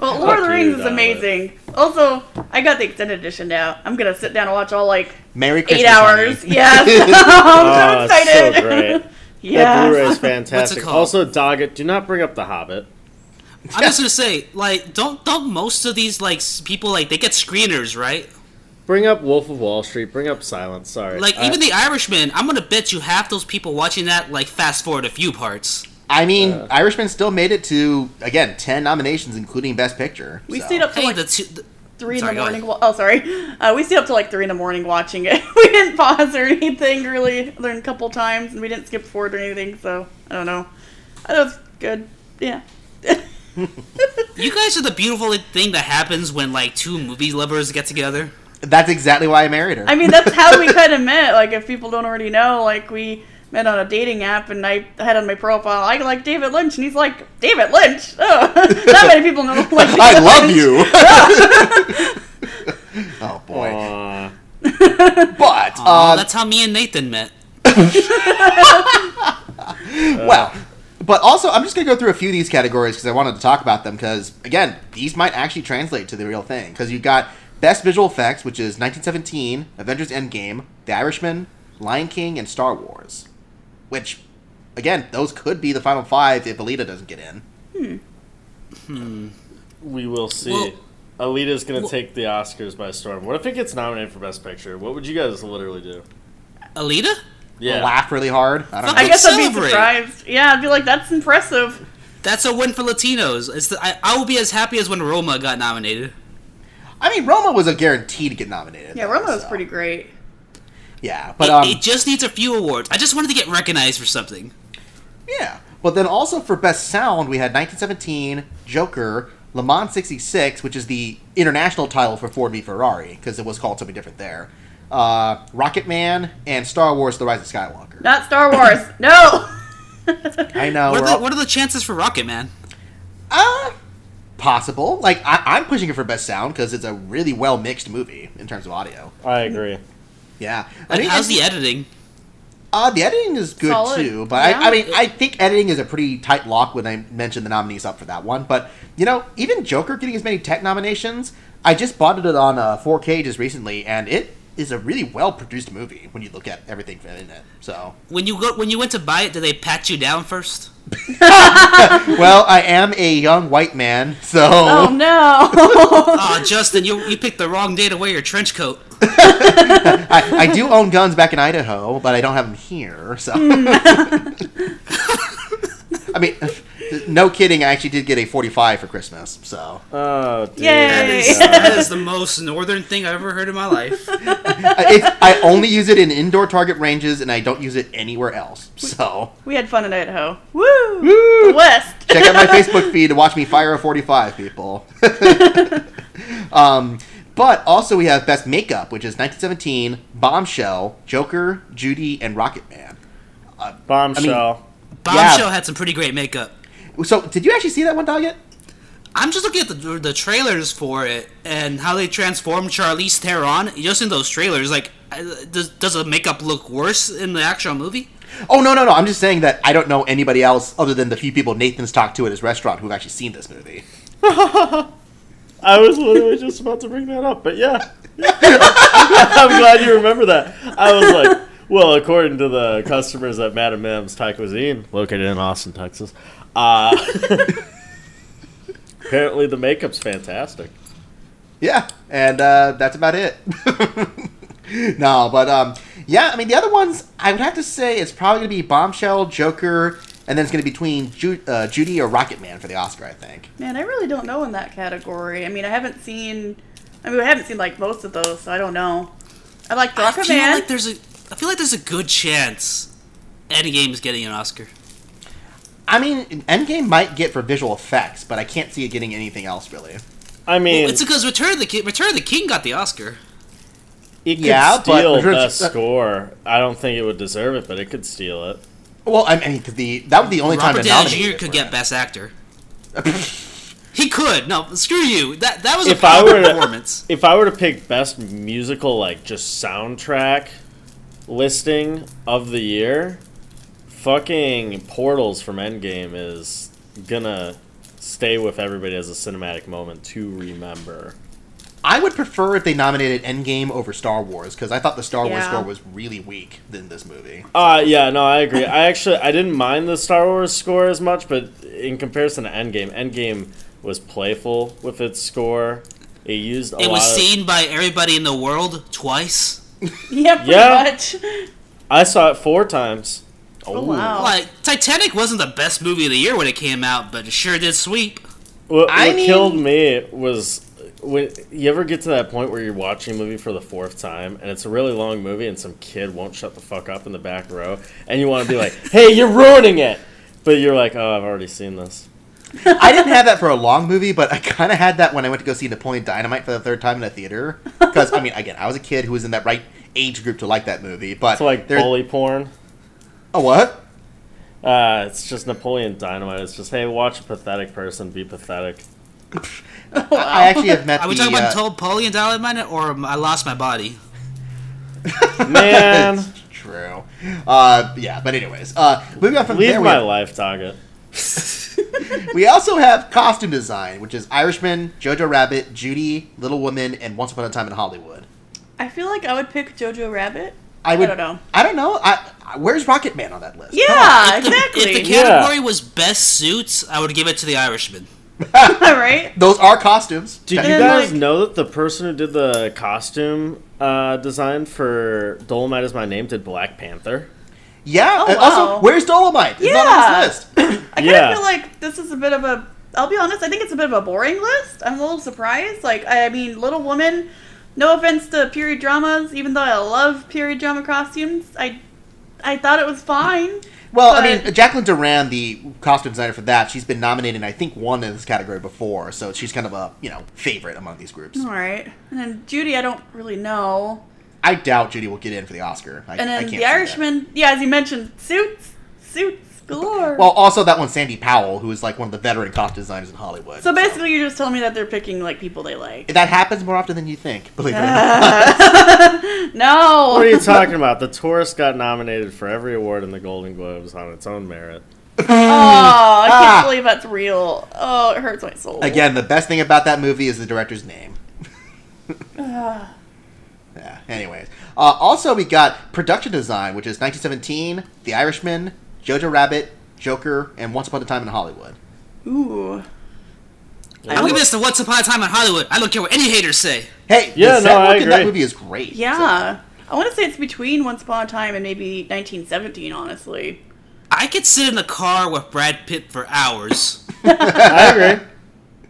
Lord of the
Fuck
Rings
you,
is
Dalek.
amazing. Also, I got the extended edition now. I'm gonna sit down and watch all like
Merry
eight
Christmas.
hours.
honey.
[laughs]
[laughs]
Yes, I'm so
Oh, it's
excited.
so great. That
[laughs]
Blu-ray is
yes.
fantastic.
called?
Also, dog it. Do not bring up the Hobbit.
I'm just gonna say, like, don't don't most of these like s- people like they get screeners, right?
Bring up Wolf of Wall Street. Bring up Silence. Sorry.
Like
I-
even The Irishman, I'm gonna bet you half those people watching that like fast forward a few parts.
I mean, Irishman still made it to again ten nominations, including Best Picture.
We
so.
stayed up till
Hey,
like
the two, the,
three in
sorry,
the
go
morning. wa- oh, sorry. Uh, we stayed up till like three in the morning watching it. [laughs] we didn't pause or anything really, other than a couple times, and we didn't skip forward or anything. So I don't know. That was good. Yeah.
you guys are the beautiful thing that happens when like two movie lovers get together.
That's exactly why I married her.
I mean, that's how we kind of [laughs] met. Like, if people don't already know, like, we met on a dating app, and I had on my profile, I like David Lynch, and he's like, David Lynch? Oh, [laughs] not many people know. Like,
[laughs]
I
David
love you.
Lynch. [laughs]
[laughs] oh boy.
Aw.
But
Aw,
um,
Oh, that's how me and Nathan met.
well, but also I'm just gonna go through a few of these categories because I wanted to talk about them because again, these might actually translate to the real thing because you got best visual effects, which is 1917, Avengers: Endgame, The Irishman, Lion King, and Star Wars, which again those could be the final five if Alita doesn't get in.
we will see.
Well-
Alita's gonna
Well-
take the Oscars by storm. What if it gets nominated for Best Picture? What would you guys literally do?
Alita?
Yeah.
Laugh really hard. I don't
Fuck
I
know.
it.
guess I'd be
Celebrate.
surprised. Yeah, I'd be like, that's impressive.
That's a win for Latinos. It's the, I, I will be as happy as when Roma got nominated.
I mean, Roma was a guarantee to get nominated.
Yeah,
though,
Roma was
so.
pretty great.
Yeah, but
It-
um,
it, just needs a few awards. I just wanted to get recognized for something.
Yeah. But then also for best sound, we had 1917, Joker, Le Mans 66, which is the international title for Ford v Ferrari because it was called something different there. Uh, Rocket Man and Star Wars: The Rise of Skywalker.
Not Star Wars. [laughs] no!
I know.
What
Oh, we're
are,
all-
the, what are the chances for Rocket Man?
uh, possible. Like I, I'm pushing it for best sound because it's a really well mixed movie in terms of audio.
I agree.
Yeah. I
Like,
mean,
how's
it's-
the editing?
Uh, the editing is good
Solid.
too, but I, I
Yeah.
mean, I think editing is a pretty tight lock when I mention the nominees up for that one. But you know, even Joker getting as many tech nominations, I just bought it on uh, 4K just recently, and it is a really well produced movie when you look at everything in it.
[laughs]
So,
When you go, when you went to buy it, did they pat you down first?
well, I am a young white man, so
Oh, no! [laughs]
Aw, Justin, you you picked the wrong day to wear your trench coat.
[laughs] I, I do own guns back in Idaho, but I don't have them here. So,
Hmm.
[laughs]
[laughs]
I mean, [laughs] no kidding. I actually did get a 45 for Christmas. So.
Oh, dude.
Yay.
That is the most northern thing I've ever heard in my life.
I- it's, I only use it in indoor target ranges, and I don't use it anywhere else. So
we had fun in Idaho. Woo! The West!
check out my Facebook feed to watch me fire a 45, people. [laughs] um, but also we have best makeup, which is 1917, Bombshell, Joker, Judy, and Rocket Man.
Bombshell.
Bombshell had some pretty great makeup.
So did you actually see that one, Doggett?
I'm just looking at the, the trailers for it and how they transformed Charlize Theron. Just in those trailers, like, I- does, does the makeup look worse in the actual movie?
Oh no, no, no! I'm just saying that I don't know anybody else other than the few people Nathan's talked to at his restaurant who've actually seen this movie.
I was literally just about to bring that up, but yeah. [laughs] I'm glad you remember that. I was like, well, according to the customers at Madame M's Thai Cuisine, located in Austin, Texas, uh, [laughs] apparently the makeup's fantastic.
Yeah, and uh, that's about it. [laughs] no, but um, yeah, I mean the other ones I would have to say it's probably gonna be Bombshell, Joker, and then it's gonna be between Ju- uh, Judy or Rocket Man for the Oscar, I think.
Man, I really don't know in that category. I mean, I haven't seen. I mean, I haven't seen like most of those, so I don't know. I like
I
Rocket
feel
Man.
like there's a I feel like there's a good chance Endgame is getting an Oscar.
I mean, Endgame might get for visual effects, but I can't see it getting anything else really.
I mean,
It's because Return of the King, Return of the King got the Oscar.
it could
yeah, but- [laughs] but-
steal best score. I don't think it would deserve it, but it could steal it.
Well, I mean, 'cause the that was the only
Robert
time to
Downey Jr.
nominate.
could get Best Actor. [laughs] he could. No, screw you. That that was a
If I were
poor
to-
performance.
If I were to pick best musical, like just soundtrack listing of the year, fucking Portals from Endgame is gonna stay with everybody as a cinematic moment to remember.
I would prefer if they nominated Endgame over Star Wars because I thought the Star Wars
Yeah.
score was really weak in this movie.
Uh yeah, no, I agree. I actually I didn't mind the Star Wars score as much, but in comparison to Endgame, Endgame was playful with its score. It used a
It
lot
was
of-
seen by everybody in the world twice.
[laughs] Yeah, pretty
Yeah.
much.
I saw it four times.
Oh, wow.
Like Titanic wasn't the best movie of the year when it came out, but it sure did sweep.
What,
I
what
mean-
killed me was when you ever get to that point where you're watching a movie for the fourth time and it's a really long movie and some kid won't shut the fuck up in the back row and you want to be
[laughs]
like, "Hey, you're ruining it," but you're like, "Oh, I've already seen this."
I didn't have that for a long movie, but I kind of had that when I went to go see Napoleon Dynamite for the third time in a theater. Because I mean, again, I was a kid who was in that right age group to like that movie, but
It's like
there-
bully porn.
oh what?
Uh, it's just Napoleon Dynamite. It's just, hey, watch a pathetic person
[laughs]
be pathetic.
I actually have met.
Are we
the,
talking about
uh,
Napoleon Dynamite or um, I Lost My Body?
Man,
It's true. Uh, yeah, but anyways, uh, moving on from
leave
there, we
my
have-
life, Target.
We also have costume design, which is Irishman, Jojo Rabbit, Judy, Little Woman, and Once Upon a Time in Hollywood.
I feel like I would pick Jojo Rabbit.
I would.
don't know.
I don't know. I, I- where's Rocket Man on that list? Come on.
Yeah,
If the-
Uh, exactly.
If the
Yeah.
category was best suits, I would give it to The Irishman.
[laughs] All right.
those are costumes.
Did you
And,
guys
like-
know that the person who did the costume uh, design for Dolomite is My Name did Black Panther?
Yeah.
Oh,
and
wow.
Also, where's Dolomite? It's not on
Yeah.
this list.
I kind of
Yeah.
feel like this is a bit of a. I'll be honest. I think it's a bit of a boring list. I'm a little surprised. Like, I mean, Little Woman. No offense to period dramas, even though I love period drama costumes. I, I thought it was fine.
well, I
But-
mean, Jacqueline Duran, the costume designer for that, she's been nominated, I think, one in this category before, so she's kind of a you know favorite among these groups.
All right. And then Judy, I don't really know.
I doubt Judy will get in for the Oscar. I,
And
I
then
can't see
The
that.
Irishman. Yeah, as you mentioned, suits, suits galore.
Well, also that one Sandy Powell, who is like one of the veteran costume designers in Hollywood.
so basically, you're just telling me that they're picking like people they like.
That happens more often than you think, believe it or not.
[laughs] No.
What are you talking about? The tourist got nominated for every award in the Golden Globes on its own merit.
Oh, I
Ah.
can't believe that's real. Oh, it hurts my soul.
Again, the best thing about that movie is the director's
[laughs]
name. yeah. Anyways, uh, also we got production design, which is 1917, The Irishman, Jojo Rabbit, Joker, and Once Upon a Time in Hollywood.
Ooh. I
I'm
don't-
giving this to Once Upon a Time in Hollywood. I don't care what any haters say.
Hey,
Yeah,
the
no,
set
I
work in that
agree.
movie is great.
yeah. I want to say it's between Once Upon a Time and maybe 1917, honestly.
I could sit in the car with Brad Pitt for hours.
I agree.
So-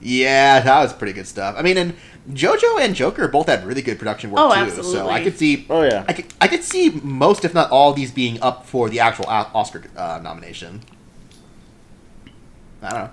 yeah, that was pretty good stuff. I mean, and Jojo and Joker both had really good production work
Oh,
too. So
absolutely.
I could see.
Oh, yeah.
I could, I could see most, if not all, of these being up for the actual O- Oscar uh, nomination. I don't know.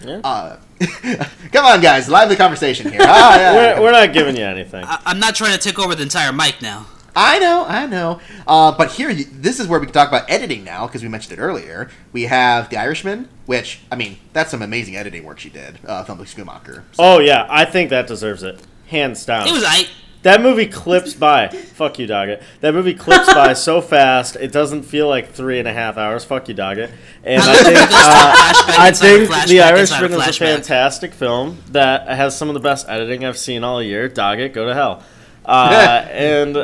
Yeah.
Uh, [laughs] come on, guys, lively conversation here. Ah,
[laughs]
yeah.
we're, we're not giving you anything.
I- I'm not trying to take over the entire mic now.
I know, I know. Uh, but here, you- this is where we can talk about editing now because we mentioned it earlier. We have The Irishman, which I mean, that's some amazing editing work she did. Uh, Thumbling Schumacher. So-
Oh yeah, I think that deserves it, hands down.
It was I.
that movie clips by. Fuck you, Doggett. That movie clips by so fast it doesn't feel like three and a half hours. Fuck you, Doggett. And I think uh, I think The Irishman is a fantastic film that has some of the best editing I've seen all year. Doggett, go to hell. [laughs] Uh, and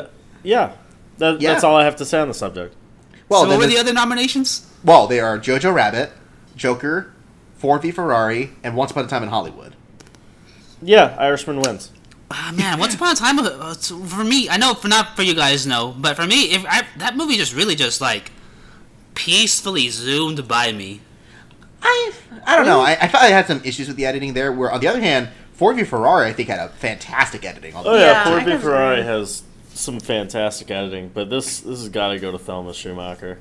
yeah, that,
Yeah.
that's all I have to say on the subject.
well,
so
then
what were the
there's-
other nominations?
well, they are Jojo Rabbit, Joker, Ford v Ferrari, and Once Upon a Time in Hollywood.
Yeah, Irishman wins.
Ah man, Once Upon a Time uh, it's- for me, I know for not for you guys no, but for me, if I, that movie just really just like peacefully zoomed by me.
I I don't know. I, I thought I had some issues with the editing there. Where on the other hand, Ford v Ferrari, I think had a fantastic editing.
Oh yeah,
Yeah,
Ford
I
v
guess
Ferrari
so.
has some fantastic editing, but this this has got to go to Thelma Schumacher.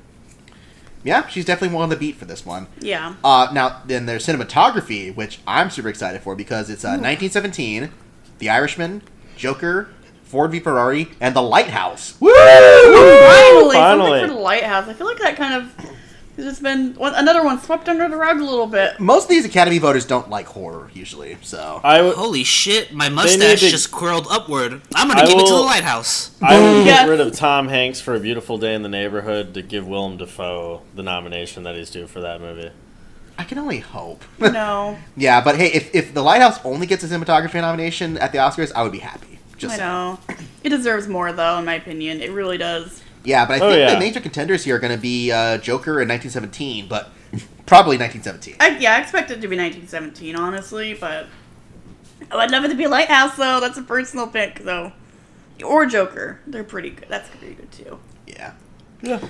yeah, she's definitely more on the beat for this one.
Yeah.
Uh, now, then there's cinematography, which I'm super excited for because it's uh, 1917, The Irishman, Joker, Ford v Ferrari, and The Lighthouse. Woo! Oh,
finally,
Finally.
something for the lighthouse. I feel like that kind of has just been one, another one swept under the rug a
[laughs]
little bit.
Most of these Academy voters don't like horror usually, so
I would.
Holy shit, my mustache
to-
just curled upward. I'm gonna
I
give it to the
will-
lighthouse.
I would
Yeah.
get rid of Tom Hanks for A Beautiful Day in the Neighborhood to give Willem Dafoe the nomination that he's due for that movie.
I can only hope.
No,
Yeah, but hey, if, if The Lighthouse only gets a cinematography nomination at the Oscars, I would be happy. Just
I
saying.
know. It deserves more, though, in my opinion. It really does.
Yeah, but I
Oh,
think
yeah.
the major contenders here are going to be uh, Joker in 1917, but [laughs] probably 1917.
I, yeah, I expect it to be 1917, honestly, but oh, I'd love it to be Lighthouse, though. That's a personal pick, though. Or Joker. They're pretty good. That's pretty good,
[laughs]
too.
Yeah.
Yeah.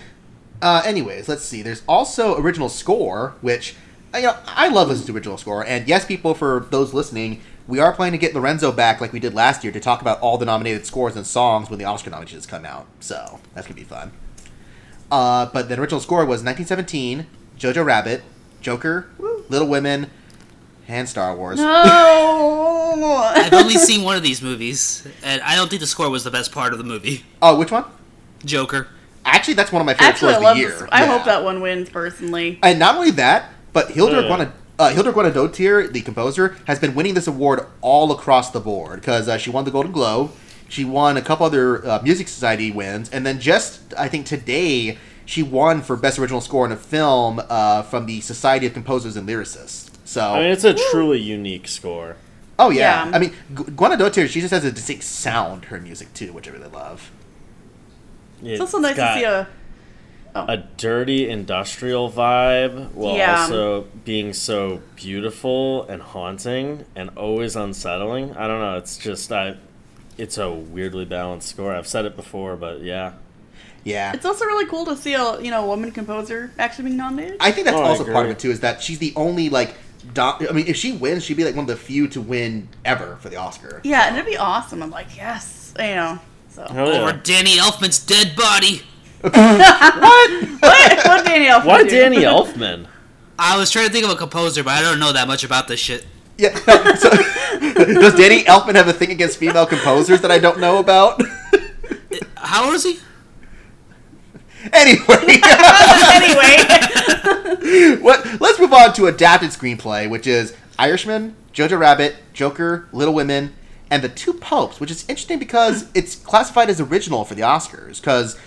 Uh, anyways, let's see. There's also original score, which uh, you know I love listening to original score. And yes, people, for those listening, we are planning to get Lorenzo back like we did last year to talk about all the nominated scores and songs when the Oscar nominations come out. So that's gonna be fun. Uh, but the original score was 1917, Jojo Rabbit, Joker, Little Women, and Star Wars.
No! Oh,
I've only seen one of these movies, and I don't think the score was the best part of the movie.
Oh, which one?
Joker.
Actually, that's one of my favorite
Actually, I
scores
love
of the year.
this. I
Yeah.
hope that one wins, personally.
And not only that, but Hildur
Yeah.
Guana uh, Hildur Guanadotir, the composer, has been winning this award all across the board because uh, she won the Golden Globe, she won a couple other uh, music society wins, and then just I think today she won for best original score in a film uh, from the Society of Composers and Lyricists. So
I mean, it's a truly unique score.
oh yeah.
Yeah.
I mean Gu- Guanadotir, she just has a distinct sound her music too, which I really love.
It's also nice to see a.
a dirty industrial vibe while
Yeah.
also being so beautiful and haunting and always unsettling. I don't know. It's just I. It's a weirdly balanced score. I've said it before, but yeah,
Yeah.
It's also really cool to see a you know woman composer actually being nominated.
I think that's
Oh, I
also part of
agree.
it too. Is that she's the only like. Do- I mean, if she wins, she'd be like one of the few to win ever for the Oscar.
yeah, and it'd be awesome. I'm like, yes, you know. So
Oh,
Hell yeah.
Over Danny Elfman's dead body.
[laughs] what? What Danny Elfman?
Why
do?
Danny Elfman?
I was trying to think of a composer, but I don't know that much about this shit.
Yeah. so, does Danny Elfman have a thing against female composers that I don't know about?
How old is he?
anyway,
[laughs]
[laughs]
anyway,
what, let's move on to adapted screenplay, which is Irishman, Jojo Rabbit, Joker, Little Women, and The Two Popes, which is interesting because it's classified as original for the Oscars because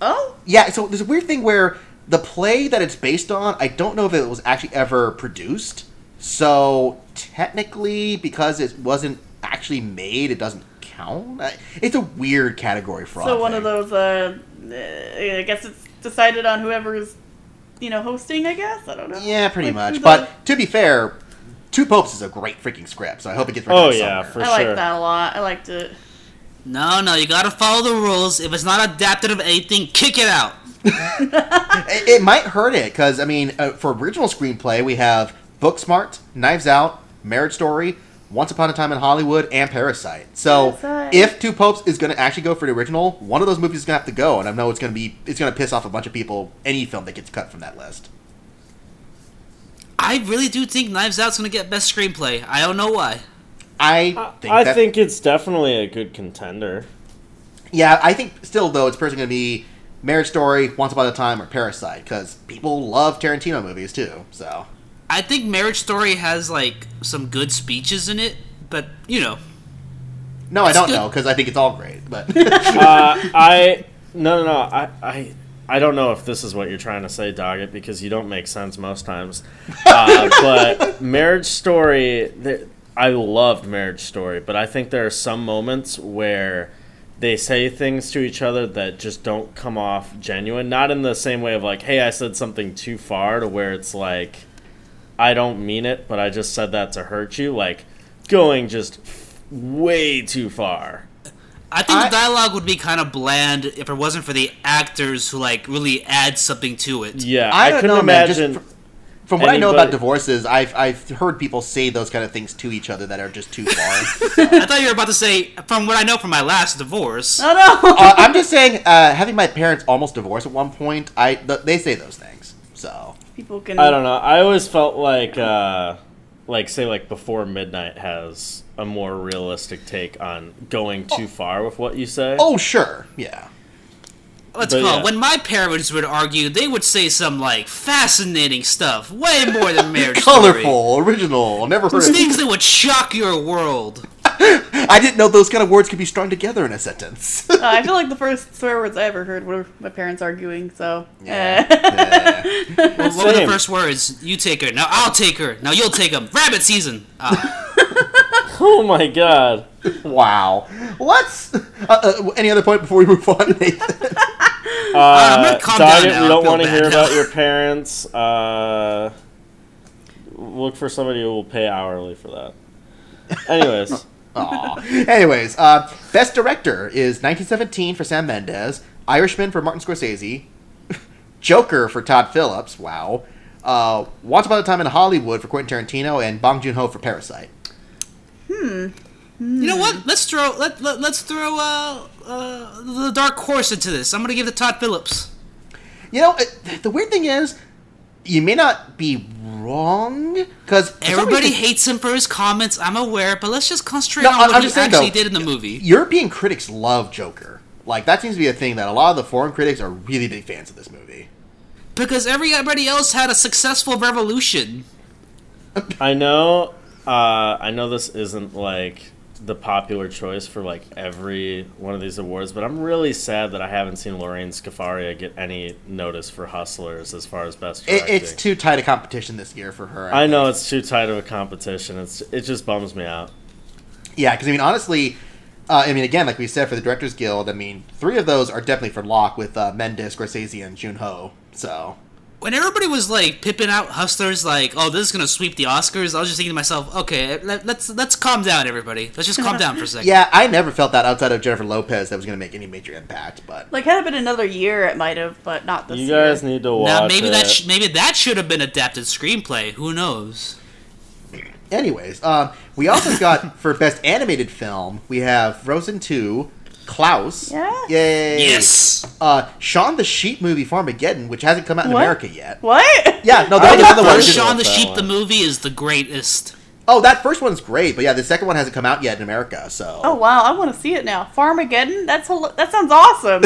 oh,
Yeah, so there's a weird thing where the play that it's based on, I don't know if it was actually ever produced. So technically, because it wasn't actually made, it doesn't count. I- It's a weird category for
so one of those. Uh, uh, I guess it's decided on whoever's you know hosting. I guess I don't know.
Yeah, pretty
Like, who
much.
the-
But to be fair, Two Popes is a great freaking script, so [laughs] I hope it gets.
Oh
recognized
yeah,
somewhere.
for
I like
sure.
that a lot. I liked it.
No, no, you gotta follow the rules. If it's not adapted of anything, kick it out.
It, it might hurt it because I mean, uh, for original screenplay, we have Booksmart, Knives Out, Marriage Story, Once Upon a Time in Hollywood, and Parasite. So
Parasite.
if Two Popes is going to actually go for the original, one of those movies is going to have to go, and I know it's going to be it's going to piss off a bunch of people. Any film that gets cut from that list.
I really do think Knives Out's gonna get best screenplay. I don't know why.
I think.
I
that,
think it's definitely a good contender.
Yeah, I think still though it's personally going to be Marriage Story, Once Upon a Time, or Parasite because people love Tarantino movies too. So
I think Marriage Story has like some good speeches in it, but you know,
no, I don't
good.
know because I think it's all great, but. [laughs]
uh, I no no no I, I I don't know if this is what you're trying to say, Doggett, because you don't make sense most times.
[laughs]
Uh, but Marriage Story, th- I loved Marriage Story, but I think there are some moments where they say things to each other that just don't come off genuine. Not in the same way of like, hey, I said something too far, to where it's like. I don't mean it, but I just said that to hurt you. Like, going just f- way too far.
I think
I-
the dialogue would be kind of bland if it wasn't for the actors who like really add something to it.
Yeah,
I
I,
don't
couldn't
know, man, just
imagine.
fr- From what I know about
Anybody-
divorces, I've I've heard people say those kind of things to each other that are just too far.
I thought you were about to say, from what I know from my last divorce.
Oh no!
uh, I'm just saying, uh, having my parents almost divorced at one point, I th- they say those things. So
[laughs] People can.
I don't know. I always felt like, uh, like say, like before midnight has a more realistic take on going
Oh.
too far with what you say.
oh sure, yeah.
Let's
But
call
yeah.
it. When my parents would argue, they would say some like fascinating stuff, way more than marriage. Story.
Colorful, original, never heard. Of-
Things that would shock your world.
I didn't know those kind of words could be strung together in a sentence. [laughs]
Uh, I feel like the first swear words I ever heard were my parents arguing. So
Yeah.
eh. [laughs]
Yeah.
Well, what were the
Same.
first words? You take her. Now I'll take her. Now you'll take him. Rabbit season. Ah.
Oh my
[laughs]
god.
wow. What's uh, uh, any other point before we move on? Nathan?
I'm
Uh,
gonna calm
dog
down
it.
now.
We
I
don't
feel
want to
bad
hear
now.
about
[laughs]
your parents. Uh, look for somebody who will pay hourly for that.
[laughs]
Anyways,
Aw. Anyways, uh, best director is 1917 for Sam Mendes, Irishman for Martin Scorsese, [laughs] Joker for Todd Phillips. Wow. Uh, Once Upon a Time in Hollywood for Quentin Tarantino and Bong Joon Ho for Parasite.
you know what? Let's throw let, let let's throw uh, uh, the dark horse into this. I'm gonna give the Todd Phillips.
You know, it, the weird thing is, you may not be wrong because
Everybody hates him for his comments. I'm aware, but let's just concentrate
No,
on
I-
what
I'm
he
just saying,
actually
though,
did in the movie.
European critics love Joker. Like that seems to be a thing that a lot of the foreign critics are really big fans of this movie.
Because everybody else had a successful revolution.
I know. Uh, I know this isn't like the popular choice for like every one of these awards, but I'm really sad that I haven't seen Lorraine Scafaria get any notice for Hustlers as far as best
It,
directing.
it's too tight a competition this year for her.
I know it's too tight of a competition. It's it just bums me out.
Yeah, because I mean, honestly, uh, I mean, again, like we said for the Directors Guild, I mean, three of those are definitely for Locke with uh, Mendes, Scorsese, and Jun Ho. So
When everybody was like pipping out hustlers, like, "Oh, this is gonna sweep the Oscars," I was just thinking to myself, "Okay, let, let's let's calm down, everybody. Let's just calm down for a
[laughs]
second.
yeah, I never felt that outside of Jennifer Lopez that was going to make any major impact. But
Like had it been another year, it might have, but not this
You
year.
guys need to watch
Now maybe
it.
that sh- maybe that should have been adapted screenplay. Who knows?
anyways, um, we
[laughs]
also got for best animated film we have Frozen Two, Klaus,
Yeah.
yay,
Yes.
uh, Shaun the Sheep movie Farmageddon, which hasn't come out in
What?
America yet.
What?
Yeah, no, that
I
was
thought
another
that
one.
was
Shaun-
Shaun the
that
Sheep,
one.
the movie is the greatest.
Oh, that first one's great, but yeah, the second one hasn't come out yet in America. So
Oh wow, I want to see it now. Farmageddon. That's hel- that sounds awesome.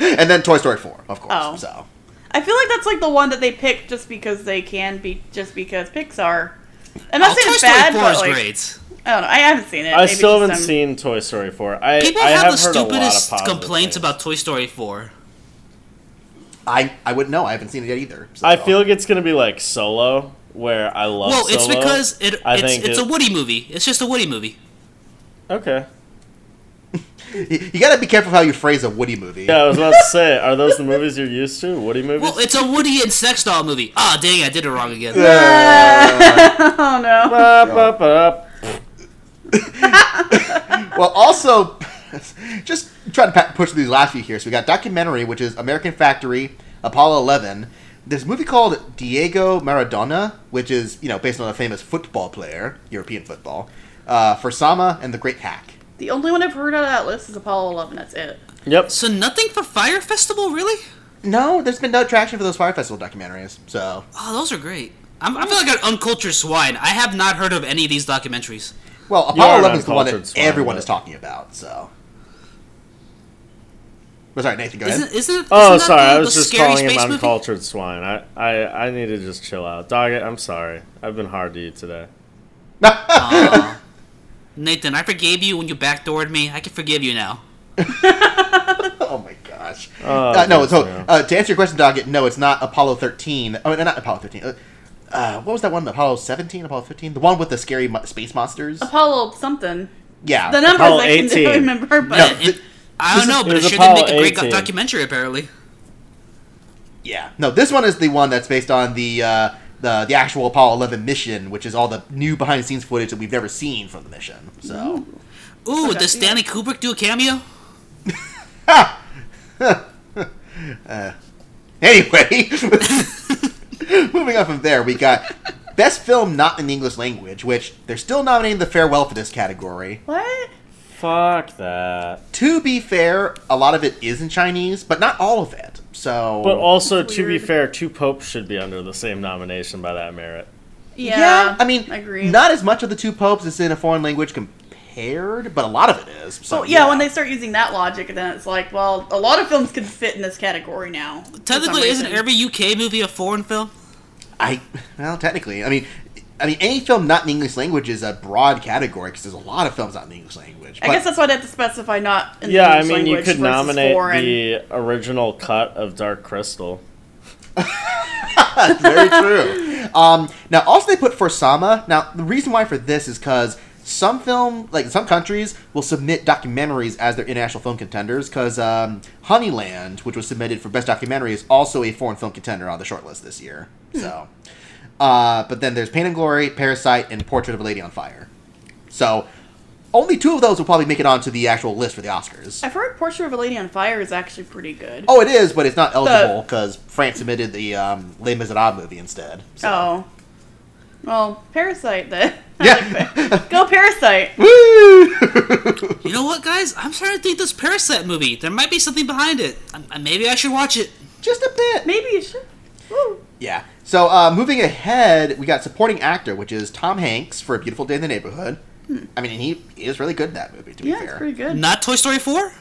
[laughs] and then Toy Story Four, of course.
Oh.
So.
I feel like that's like the one that they picked just because they can be, just because Pixar. I'm not
Oh,
saying
Toy
it's
Story
bad,
4
but
is
like,
great.
I don't know. I haven't seen it.
I
Maybe
still
just
haven't
some-
seen Toy Story 4. I,
People
I
have,
have
the
heard a lot of
stupidest
positive things.
complaints about Toy Story 4.
I I wouldn't know. I haven't seen it yet either. so-
I feel like it's gonna be like Solo, where I love.
well, it's
Solo.
because it,
I
it's
think
it's
it-
a Woody movie. It's just a Woody movie.
okay.
you, you gotta be careful how you phrase a Woody movie.
Yeah, I was about to say, are those the movies you're used to? Woody movies?
Well, it's a Woody and sex doll movie. Ah, dang, I did it wrong again.
Oh no.
Ba, ba, ba.
Well, also, [laughs] just trying to pa- push these last few here. So we got documentary, which is American Factory, Apollo Eleven. This movie called Diego Maradona, which is you know based on a famous football player, European football, uh, for Sama and the Great Hack.
The only one I've heard on that list is Apollo 11. That's it.
Yep.
So nothing for Fire Festival, really?
No, there's been no traction for those Fire Festival documentaries. So
Oh, those are great. I'm, I feel like an uncultured swine. I have not heard of any of these documentaries.
well,
are
Apollo
an
Eleven's the one
uncultured
that
swine,
everyone
but-
is talking about. So. Well, sorry, Nathan. Go ahead.
Isn't isn't?
Oh,
isn't that
sorry.
the-
I
the
was just
scary
calling him
space movie?
uncultured swine. I, I, I need to just chill out. Dog, I'm sorry. I've been hard to you today.
Aw. Nathan, I forgave you when you backdoored me. I can forgive you now.
Oh my gosh. uh, no,
yes,
so
yeah.
uh, to answer your question, Doggett, no, it's not Apollo 13. Oh, no, not Apollo 13. Uh, uh, what was that one? Apollo 17? Apollo 15? The one with the scary mo- space monsters?
Apollo something.
yeah.
The numbers
Apollo
I can [laughs]
18.
remember, but
No,
Uh, it-
thi-
I
this
don't know,
is-
but
it
it
was
sure did make a
Apollo
great go-
18.
documentary. Apparently,
Yeah. No, this one is the one that's based on the, uh, the the actual Apollo 11 mission, which is all the new behind the scenes footage that we've never seen from the mission. So,
ooh,
Okay.
does Stanley Kubrick do a cameo?
anyway. [laughs] Moving on from there, we got best film not in the English language, which they're still nominating The Farewell for this category.
What?
Fuck that.
To be fair, a lot of it is in Chinese, but not all of it. So,
But also, to be
weird.
fair, two popes should be under the same nomination by that merit.
Yeah.
I mean,
agree.
not as much of the two popes is in a foreign language compared, but a lot of it is. So,
Well, Oh, yeah, when they start using that logic, then it's like, well, a lot of films could fit in this category now. for some
Technically, isn't
reason.
every UK movie a foreign film?
I well, technically, I mean, I mean, any film not in the English language is a broad category because there's a lot of films not in the English language.
I
but-
guess that's why they have to specify not in
Yeah,
the
I
English
mean, you
language
could
versus
nominate
foreign.
the original cut of Dark Crystal.
[laughs] Very true. Um, now, also they put for Sama. Now, the reason why for this is because some film, like some countries, will submit documentaries as their international film contenders. Because um, Honeyland, which was submitted for best documentary, is also a foreign film contender on the shortlist this year. So, uh, but then there's Pain and Glory, Parasite, and Portrait of a Lady on Fire. So, only two of those will probably make it onto the actual list for the Oscars.
I've heard Portrait of a Lady on Fire is actually pretty good.
Oh, it is, but it's not eligible because France submitted the um, Les Miserables movie instead. So.
Oh. Well, Parasite then. [laughs]
Yeah.
Go Parasite.
Woo!
You know what, guys? I'm starting to think this Parasite movie. There might be something behind it. I, I- maybe I should watch it.
[laughs]
Just a bit.
Maybe you should. Woo.
Yeah. So uh, moving ahead, we got supporting actor, which is Tom Hanks for A Beautiful Day in the Neighborhood. I mean, he is really good in that movie. To be
Hmm. Yeah,
fair,
it's pretty good.
Not Toy Story 4?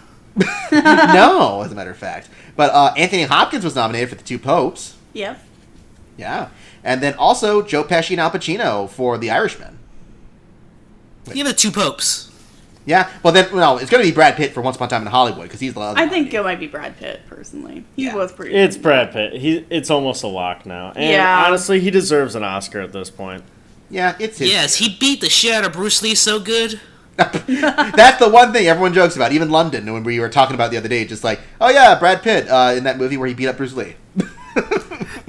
no, as a matter of fact. But uh, Anthony Hopkins was nominated for The Two Popes.
Yep.
Yeah, and then also Joe Pesci and Al Pacino for The Irishman.
You have the two popes.
Yeah. Well, then no, it's going to be Brad Pitt for Once Upon a Time in Hollywood because he's the. other
I think
nominee.
it might be Brad Pitt personally. He
Yeah.
was pretty.
It's
good.
Brad Pitt. He, it's almost a lock now. And
Yeah.
honestly, he deserves an Oscar at this point.
Yeah, it's his.
Yes, he beat the shit out of Bruce Lee so good.
That's the one thing everyone jokes about. Even London, when we were talking about the other day, just like, oh yeah, Brad Pitt uh, in that movie where he beat up Bruce Lee.
Man,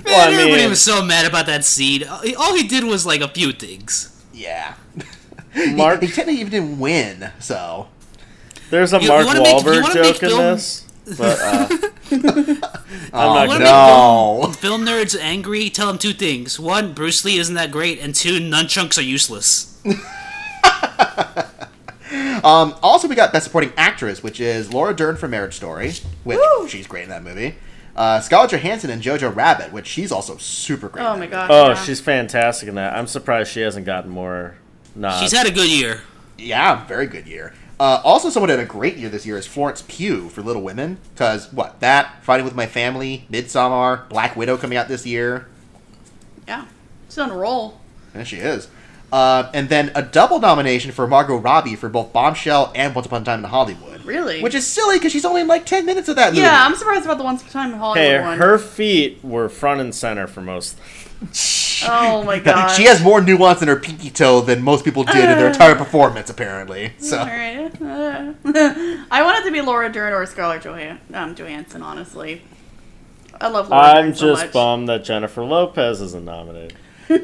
Well, I
everybody
mean-
was so mad about that scene. All he- All he did was like a few things.
Yeah.
[laughs]
Mark-
He, he technically even didn't win, so.
There's a
You- you
Mark
wanna make- you
Wahlberg
wanna make
joke in
film-
this, but
[laughs]
uh, I'm
What
not
about-
gonna.
No.
Film nerds angry. Tell him two things: one, Bruce Lee isn't that great, and two, nunchucks are useless.
Um, also, we got Best Supporting Actress, which is Laura Dern for Marriage Story, which
Woo!
she's great in that movie. Uh, Scarlett Johansson and Jojo Rabbit, which she's also super great.
Oh
in
my
that
gosh.
Oh,
yeah.
she's fantastic in that. I'm surprised she hasn't gotten more. Nah,
She's had a good year.
movie. Yeah, very good year. Uh, also, someone who had a great year this year is Florence Pugh for Little Women, because what that Fighting with My Family, Midsommar, Black Widow coming out this year.
Yeah. She's on a roll.
There she is. Uh, and then a double nomination for Margot Robbie for both Bombshell and Once Upon a Time in Hollywood.
Really?
Which is silly because she's only in like 10 minutes of that movie.
Yeah, I'm surprised about the Once Upon a Time in Hollywood
hey,
one.
her feet were front and center for most.
oh
[laughs]
my god.
She
Uh,
has more nuance in her pinky toe than most people did in their entire performance, apparently.
All
So,
right. Uh, [laughs] I want it to be Laura Dern or Scarlett Johan- um, Johansson. Honestly, I love Laura.
I'm
Dern so
just
much.
bummed that Jennifer Lopez isn't nominated.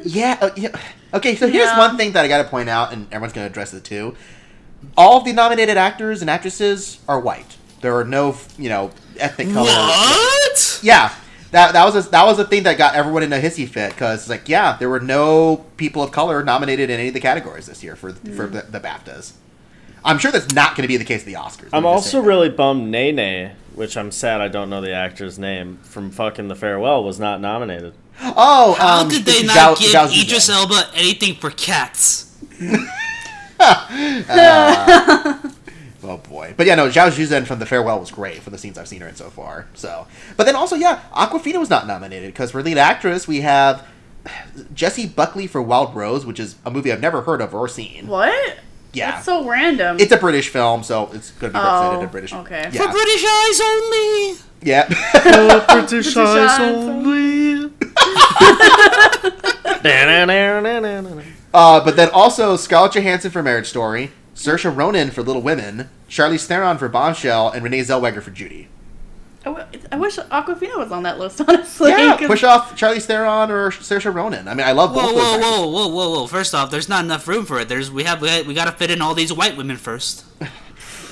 yeah, uh, yeah. Okay, so here's
Yeah.
one thing that I gotta point out, and everyone's gonna address it too. All of the nominated actors and actresses are white. There are no, you know, ethnic colors.
What?
Yeah, that that was a, that was a thing that got everyone in a hissy fit because like yeah, there were no people of color nominated in any of the categories this year for for
Hmm.
the, the BAFTAs. I'm sure that's not going to be the case of the Oscars.
I'm
just
also
saying.
really bummed Nene, which I'm sad I don't know the actor's name, from fucking The Farewell was not [laughs] nominated.
oh,
How
um,
did they
Zhao-
not give
Zhao Zhuzhou.
Idris Elba anything for cats?
Oh boy, but yeah, no, Zhao Zhuzhen from The Farewell was great for the scenes I've seen her in so far. So, but then also yeah, Aquafina was not nominated because for lead actress we have. Jesse Buckley for Wild Rose, which is a movie I've never heard of or seen.
What?
Yeah.
That's so random.
It's a British film, so it's going to be represented
Oh,
in British.
okay.
For
Yeah.
British eyes only.
yeah. [laughs]
British
eyes
eyes
only.
[laughs]
[laughs]
only.
Uh, but then also Scarlett Johansson for Marriage Story, Saoirse Ronan for Little Women, Charlize Theron for Bombshell, and Renee Zellweger for Judy.
I, w- I wish Aquafina was on that list. [laughs] Honestly,
Yeah,
'cause-
push off Charlize Theron or Saoirse Ronan. I mean, I love both.
Whoa,
of those
whoa,
actors.
whoa, whoa, whoa, whoa! First off, there's not enough room for it. There's we have we, we gotta fit in all these white women first.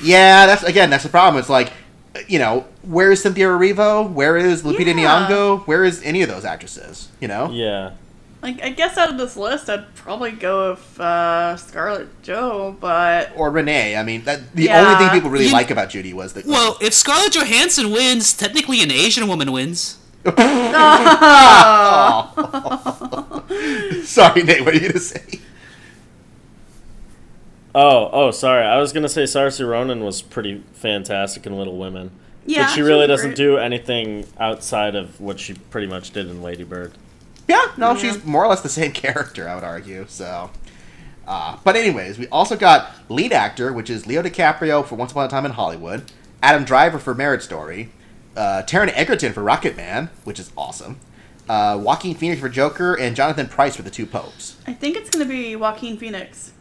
Yeah, that's again, that's the problem. It's like you know, where is Cynthia Erivo? Where is Lupita
Yeah.
Nyong'o? Where is any of those actresses? You know,
Yeah.
Like I guess out of this list, I'd probably go with uh, Scarlet Joe, but
or Renee? I mean, that the
Yeah.
only thing people really
You-
like about Judy was that.
Well, if Scarlett Johansson wins, technically an Asian woman wins.
[laughs] sorry, Nate. What are you gonna say?
Oh, oh, sorry. I was gonna say Saoirse Ronan was pretty fantastic in Little Women,
yeah,
but she really
she's
doesn't
great.
do anything outside of what she pretty much did in Lady Bird.
Yeah, no, she's more or less the same [laughs] character, I would argue. So, uh, but anyways, we also got lead actor, which is Leo DiCaprio for Once Upon a Time in Hollywood, Adam Driver for Marriage Story, uh, Taron Egerton for Rocket Man, which is awesome, uh, Joaquin Phoenix for Joker, and Jonathan Price for The Two Popes.
I think it's gonna be Joaquin Phoenix.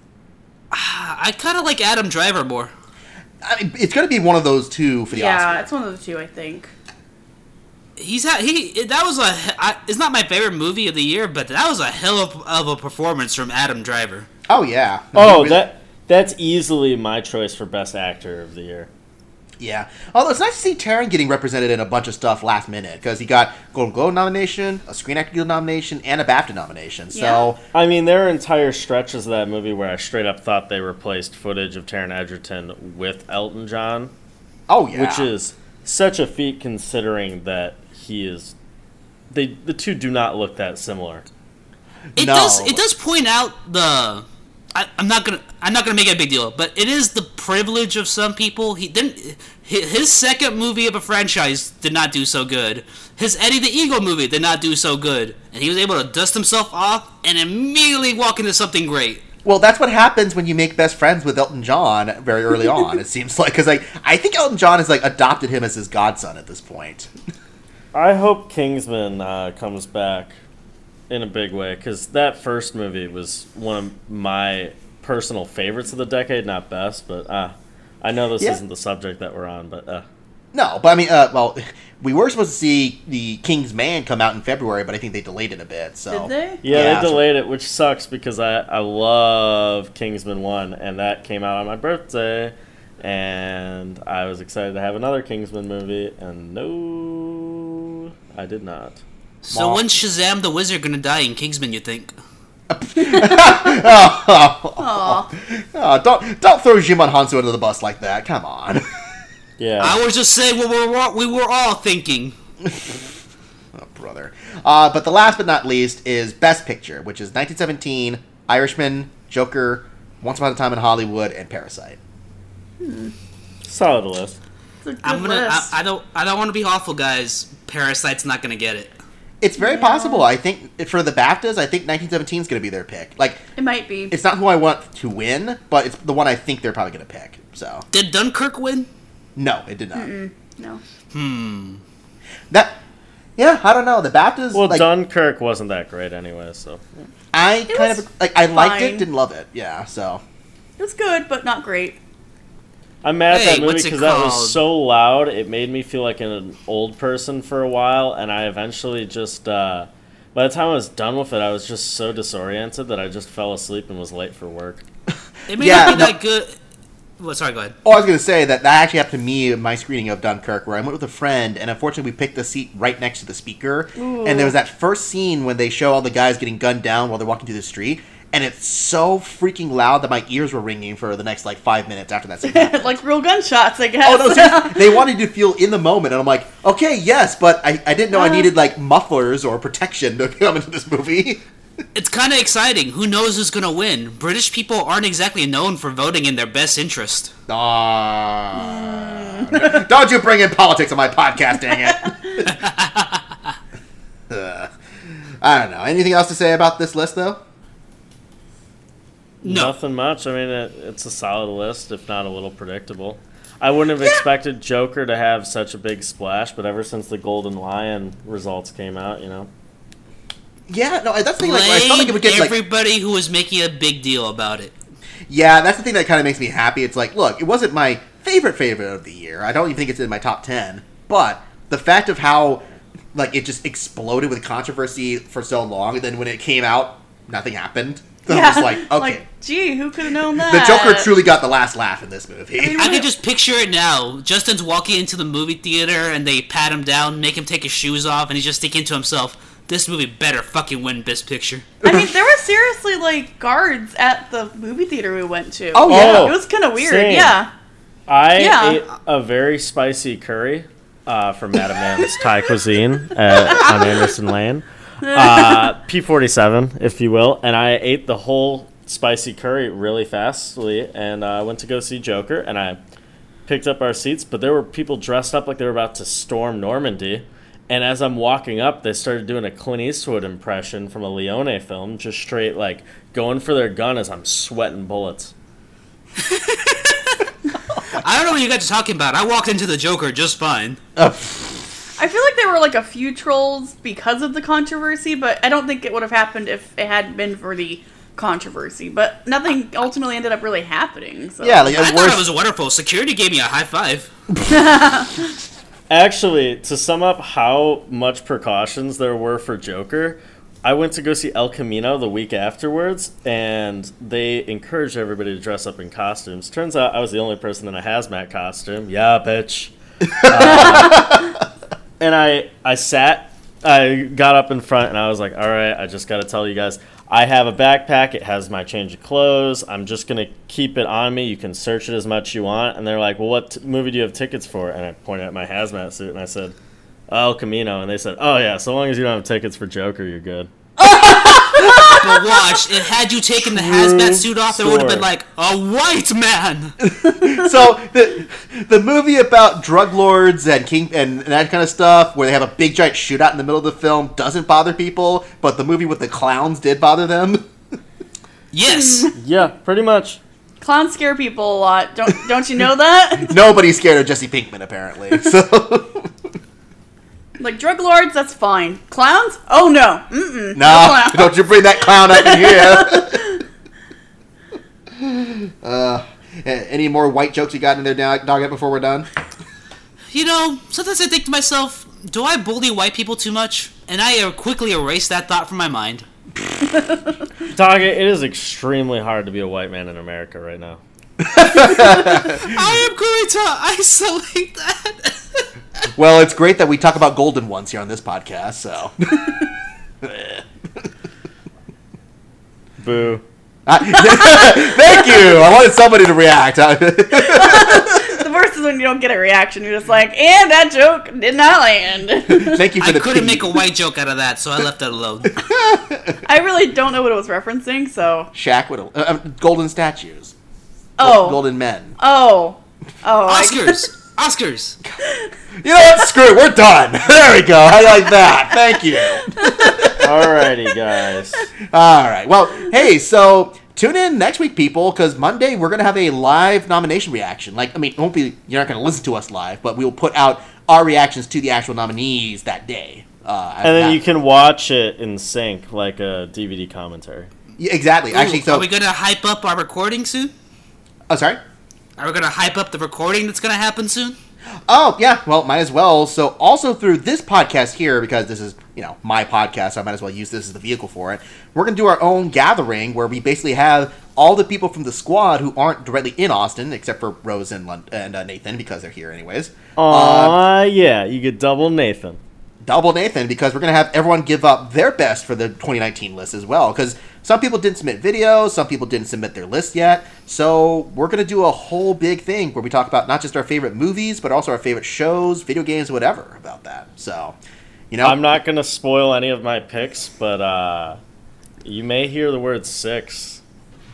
I, I kind of like Adam Driver more.
I mean, it's going to be one of those two for the
yeah,
Oscar.
it's one of the two. I think.
He's had he that was a I, it's not my favorite movie of the year, but that was a hell of, of a performance from Adam Driver.
Oh yeah.
Oh,
Really-
that that's easily my choice for best actor of the year.
Yeah. Although it's nice to see Taron getting represented in a bunch of stuff last minute because he got Golden Globe nomination, a Screen Actor Guild nomination, and a BAFTA nomination. So.
I mean, there are entire stretches of that movie where I straight up thought they replaced footage of Taron Egerton with Elton John,
Oh yeah.
which is such a feat considering that he is. They the two do not look that similar.
It
No.
does it does point out the I, I'm not gonna I'm not gonna make it a big deal, but it is the privilege of some people. He didn't hi- his second movie of a franchise did not do so good. His Eddie the Eagle movie did not do so good, and he was able to dust himself off and immediately walk into something great.
Well, that's what happens when you make best friends with Elton John very early on. It seems like because like I think Elton John has like adopted him as his godson at this point.
I hope Kingsman uh, comes back in a big way because that first movie was one of my personal favorites of the decade. Not best, but uh, I know this
Yeah.
isn't the subject that we're on, but uh,
No, but I mean, uh, well, [laughs] we were supposed to see the King's Man come out in February, but I think they delayed it a bit. So
Did they?
yeah, they
so-
delayed it, which sucks because I I love Kingsman one, and that came out on my birthday, and I was excited to have another Kingsman movie, and no, I did not.
So
Wow.
when's Shazam the Wizard gonna die in Kingsman? You think?
Aw.
Oh, don't don't throw Jimon Hansu under the bus like that. Come on. [laughs]
Yeah,
I was just saying what we were we were all thinking.
Oh, brother. Uh, but the last but not least is Best Picture, which is 1917, Irishman, Joker, Once Upon a Time in Hollywood, and Parasite.
solid list.
It's a good
I'm gonna. I,
list.
I don't. I don't want to be awful, guys. Parasite's not gonna get it.
It's very possible. I think for the BAFTAs, I think 1917 is going to be their pick. Like,
it might be.
it's not who I want to win, but it's the one I think they're probably going to pick. So,
Did Dunkirk win?
no, it did not.
No.
That, yeah, I don't know. The BAFTAs,
Well,
like,
Dunkirk wasn't that great anyway, so
I kind
was
of like I liked it,
fine.
didn't love it. Yeah, so
It's good, but not great. [laughs]
I'm mad
Hey,
at that movie
what's it
because that
called?
was so loud. It made me feel like an old person for a while, and I eventually just. Uh, by the time I was done with it, I was just so disoriented that I just fell asleep and was late for work.
It may
Yeah,
not be
no-
that good. Well, sorry. Go ahead.
Oh, I was going to say that that actually happened to me in my screening of Dunkirk, where I went with a friend, and unfortunately, we picked the seat right next to the speaker. And there was that first scene when they show all the guys getting gunned down while they're walking through the street, and it's so freaking loud that my ears were ringing for the next like five minutes after that scene.
[laughs]
happened.
like real gunshots, I guess.
oh no, [laughs] seriously, they wanted you to feel in the moment, and I'm like, okay, yes, but I, I didn't know I needed like mufflers or protection to [laughs] come into this movie.
It's kind of exciting. Who knows who's gonna win? British people aren't exactly known for voting in their best interest.
Ah. Don't you bring in politics on my podcast, dang it. [laughs] Ugh. I don't know. Anything else to say about this list, though?
No.
Nothing much. I mean, it, it's a solid list, if not a little predictable. I wouldn't have expected Joker to have such a big splash, but ever since the Golden Lion results came out, you know.
Yeah, no, that's the thing.
Blame
Like, I felt like it would get like,
everybody who was making a big deal about it.
yeah, that's the thing that kind of makes me happy. It's like, look, it wasn't my favorite favorite of the year. I don't even think it's in my top ten. But the fact of how, like, it just exploded with controversy for so long, and then when it came out, nothing happened. [laughs] That was like,
[laughs]
okay.
gee, who could have known that?
the Joker truly got the last laugh in this [laughs] movie.
I could just picture it now. Justin's walking into the movie theater and they pat him down, make him take his shoes off, and he's just thinking to himself, "This movie better fucking win Best Picture."
I mean, there were seriously like guards at the movie theater we went to.
Oh, yeah.
it was kind of weird.
same.
Yeah,
I
Yeah.
ate a very spicy curry uh, from Madame M's Thai cuisine at, on Anderson Lane, uh, P47, if you will, and I ate the whole spicy curry really fastly, and I went to go see Joker, and I picked up our seats, but there were people dressed up like they were about to storm Normandy. And as I'm walking up, they started doing a Clint Eastwood impression from a Leone film, just straight like going for their gun as I'm sweating bullets.
I don't know what you guys are talking about. I walked into the Joker just fine.
I feel like there were like a few trolls because of the controversy, but I don't think it would have happened if it hadn't been for the controversy. But nothing ultimately ended up really happening. So.
yeah, like
I
at
thought
worst,
it was wonderful. Security gave me a high five.
Actually, to sum up how much precautions there were for Joker, I went to go see El Camino the week afterwards, and they encouraged everybody to dress up in costumes. Turns out I was the only person in a hazmat costume. Yeah, bitch. Uh, and I, I sat, I got up in front, and I was like, all right, I just got to tell you guys. I have a backpack. It has my change of clothes. I'm just going to keep it on me. You can search it as much you want. And they're like, well, what t- movie do you have tickets for? And I pointed at my hazmat suit, and I said, El Camino, and they said, "Oh yeah, so long as you don't have tickets for Joker, you're good."
But watch, it had you taken the hazmat suit off, there would have been
story.
like a white man.
[laughs] so the the movie about drug lords and king and, and that kind of stuff, where they have a big giant shootout in the middle of the film, doesn't bother people, but the movie with the clowns did bother them. [laughs]
Yes,
Yeah, pretty much.
clowns scare people a lot. Don't don't you know
[laughs]
that?
Nobody's scared of Jesse Pinkman apparently. [laughs] So
like drug lords, that's fine. Clowns? Oh no. Mm-mm.
no,
clown.
don't you bring that clown up in here. [laughs] uh, a- any more white jokes you got in there, dog? Dog, before we're done.
you know, sometimes I think to myself, do I bully white people too much? And I uh, quickly erase that thought from my mind.
Dog, it is extremely hard to be a white man in America right now.
I am going to [laughs] isolate that.
Well, it's great that we talk about golden ones here on this podcast. So. [laughs]
Boo.
Thank you. I wanted somebody to react. [laughs] I-
The worst is when you don't get a reaction. You're just like, and that joke did not land. [laughs]
Thank you for
I
the
couldn't
pity.
make a white joke out of that, so I left that alone.
I really don't know what it was referencing, so.
Shaq would uh, uh, golden statues.
Oh.
golden men.
Oh. Oh. I-
Oscars, Oscars.
You know what? Screw it. We're done. [laughs] There we go. I like that. Thank you.
Alrighty, guys.
All right. Well, hey. So tune in next week, people, because Monday we're gonna have a live nomination reaction. Like, I mean, it won't be. You're not gonna listen to us live, but we will put out our reactions to the actual nominees that day. Uh,
And then you can watch it in sync like a DVD commentary.
you exactly. Actually,
Ooh,
so
are we gonna hype up our recording soon?
oh, sorry.
Are we gonna hype up the recording that's gonna happen soon?
Oh, yeah. Well, might as well. So, also through this podcast here, because this is, you know, my podcast, so I might as well use this as the vehicle for it. We're going to do our own gathering where we basically have all the people from the squad who aren't directly in Austin, except for Rose and, Lon- and uh, Nathan, because they're here anyways. Uh,
Aw, yeah, you get double Nathan.
double Nathan, because we're going to have everyone give up their best for the 2019 list as well, because some people didn't submit videos, some people didn't submit their list yet. So, we're going to do a whole big thing where we talk about not just our favorite movies, but also our favorite shows, video games, whatever about that. So. You know,
I'm not gonna spoil any of my picks, but uh, you may hear the word six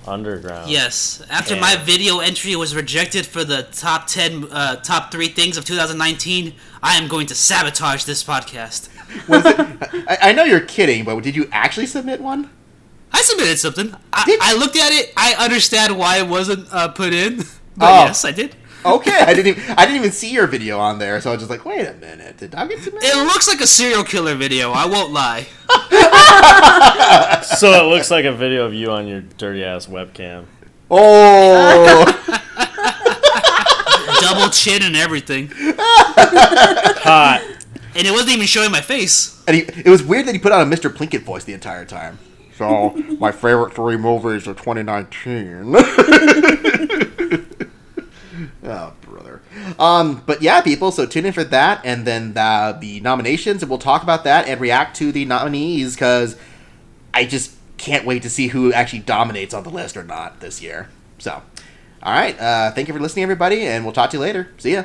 underground.
Yes. After
Yeah.
my video entry was rejected for the top ten, uh, top three things of 2019, I am going to sabotage this podcast.
I, I know you're kidding, but did you actually submit one?
I submitted something. I,
Did-
I looked at it. I understand why it wasn't uh, put in, [laughs] but
Oh.
yes, I did.
Okay, I didn't. Even, I didn't even see your video on there, so I was just like, wait a minute, did I get
[laughs]
submitted?
It looks like a serial killer video. I won't lie.
So it looks like a video of you on your dirty ass webcam.
Oh,
Double chin and everything,
[laughs]
Hot.
and it wasn't even showing my face.
and he, it was weird that he put on a Mr. Plinkett voice the entire time. So my favorite three movies of [laughs] 2019. oh, brother. Um, but yeah, people. So tune in for that, and then the, the nominations, and we'll talk about that and react to the nominees because I just can't wait to see who actually dominates on the list or not this year. So, all right. Uh, thank you for listening, everybody, and we'll talk to you later. See ya.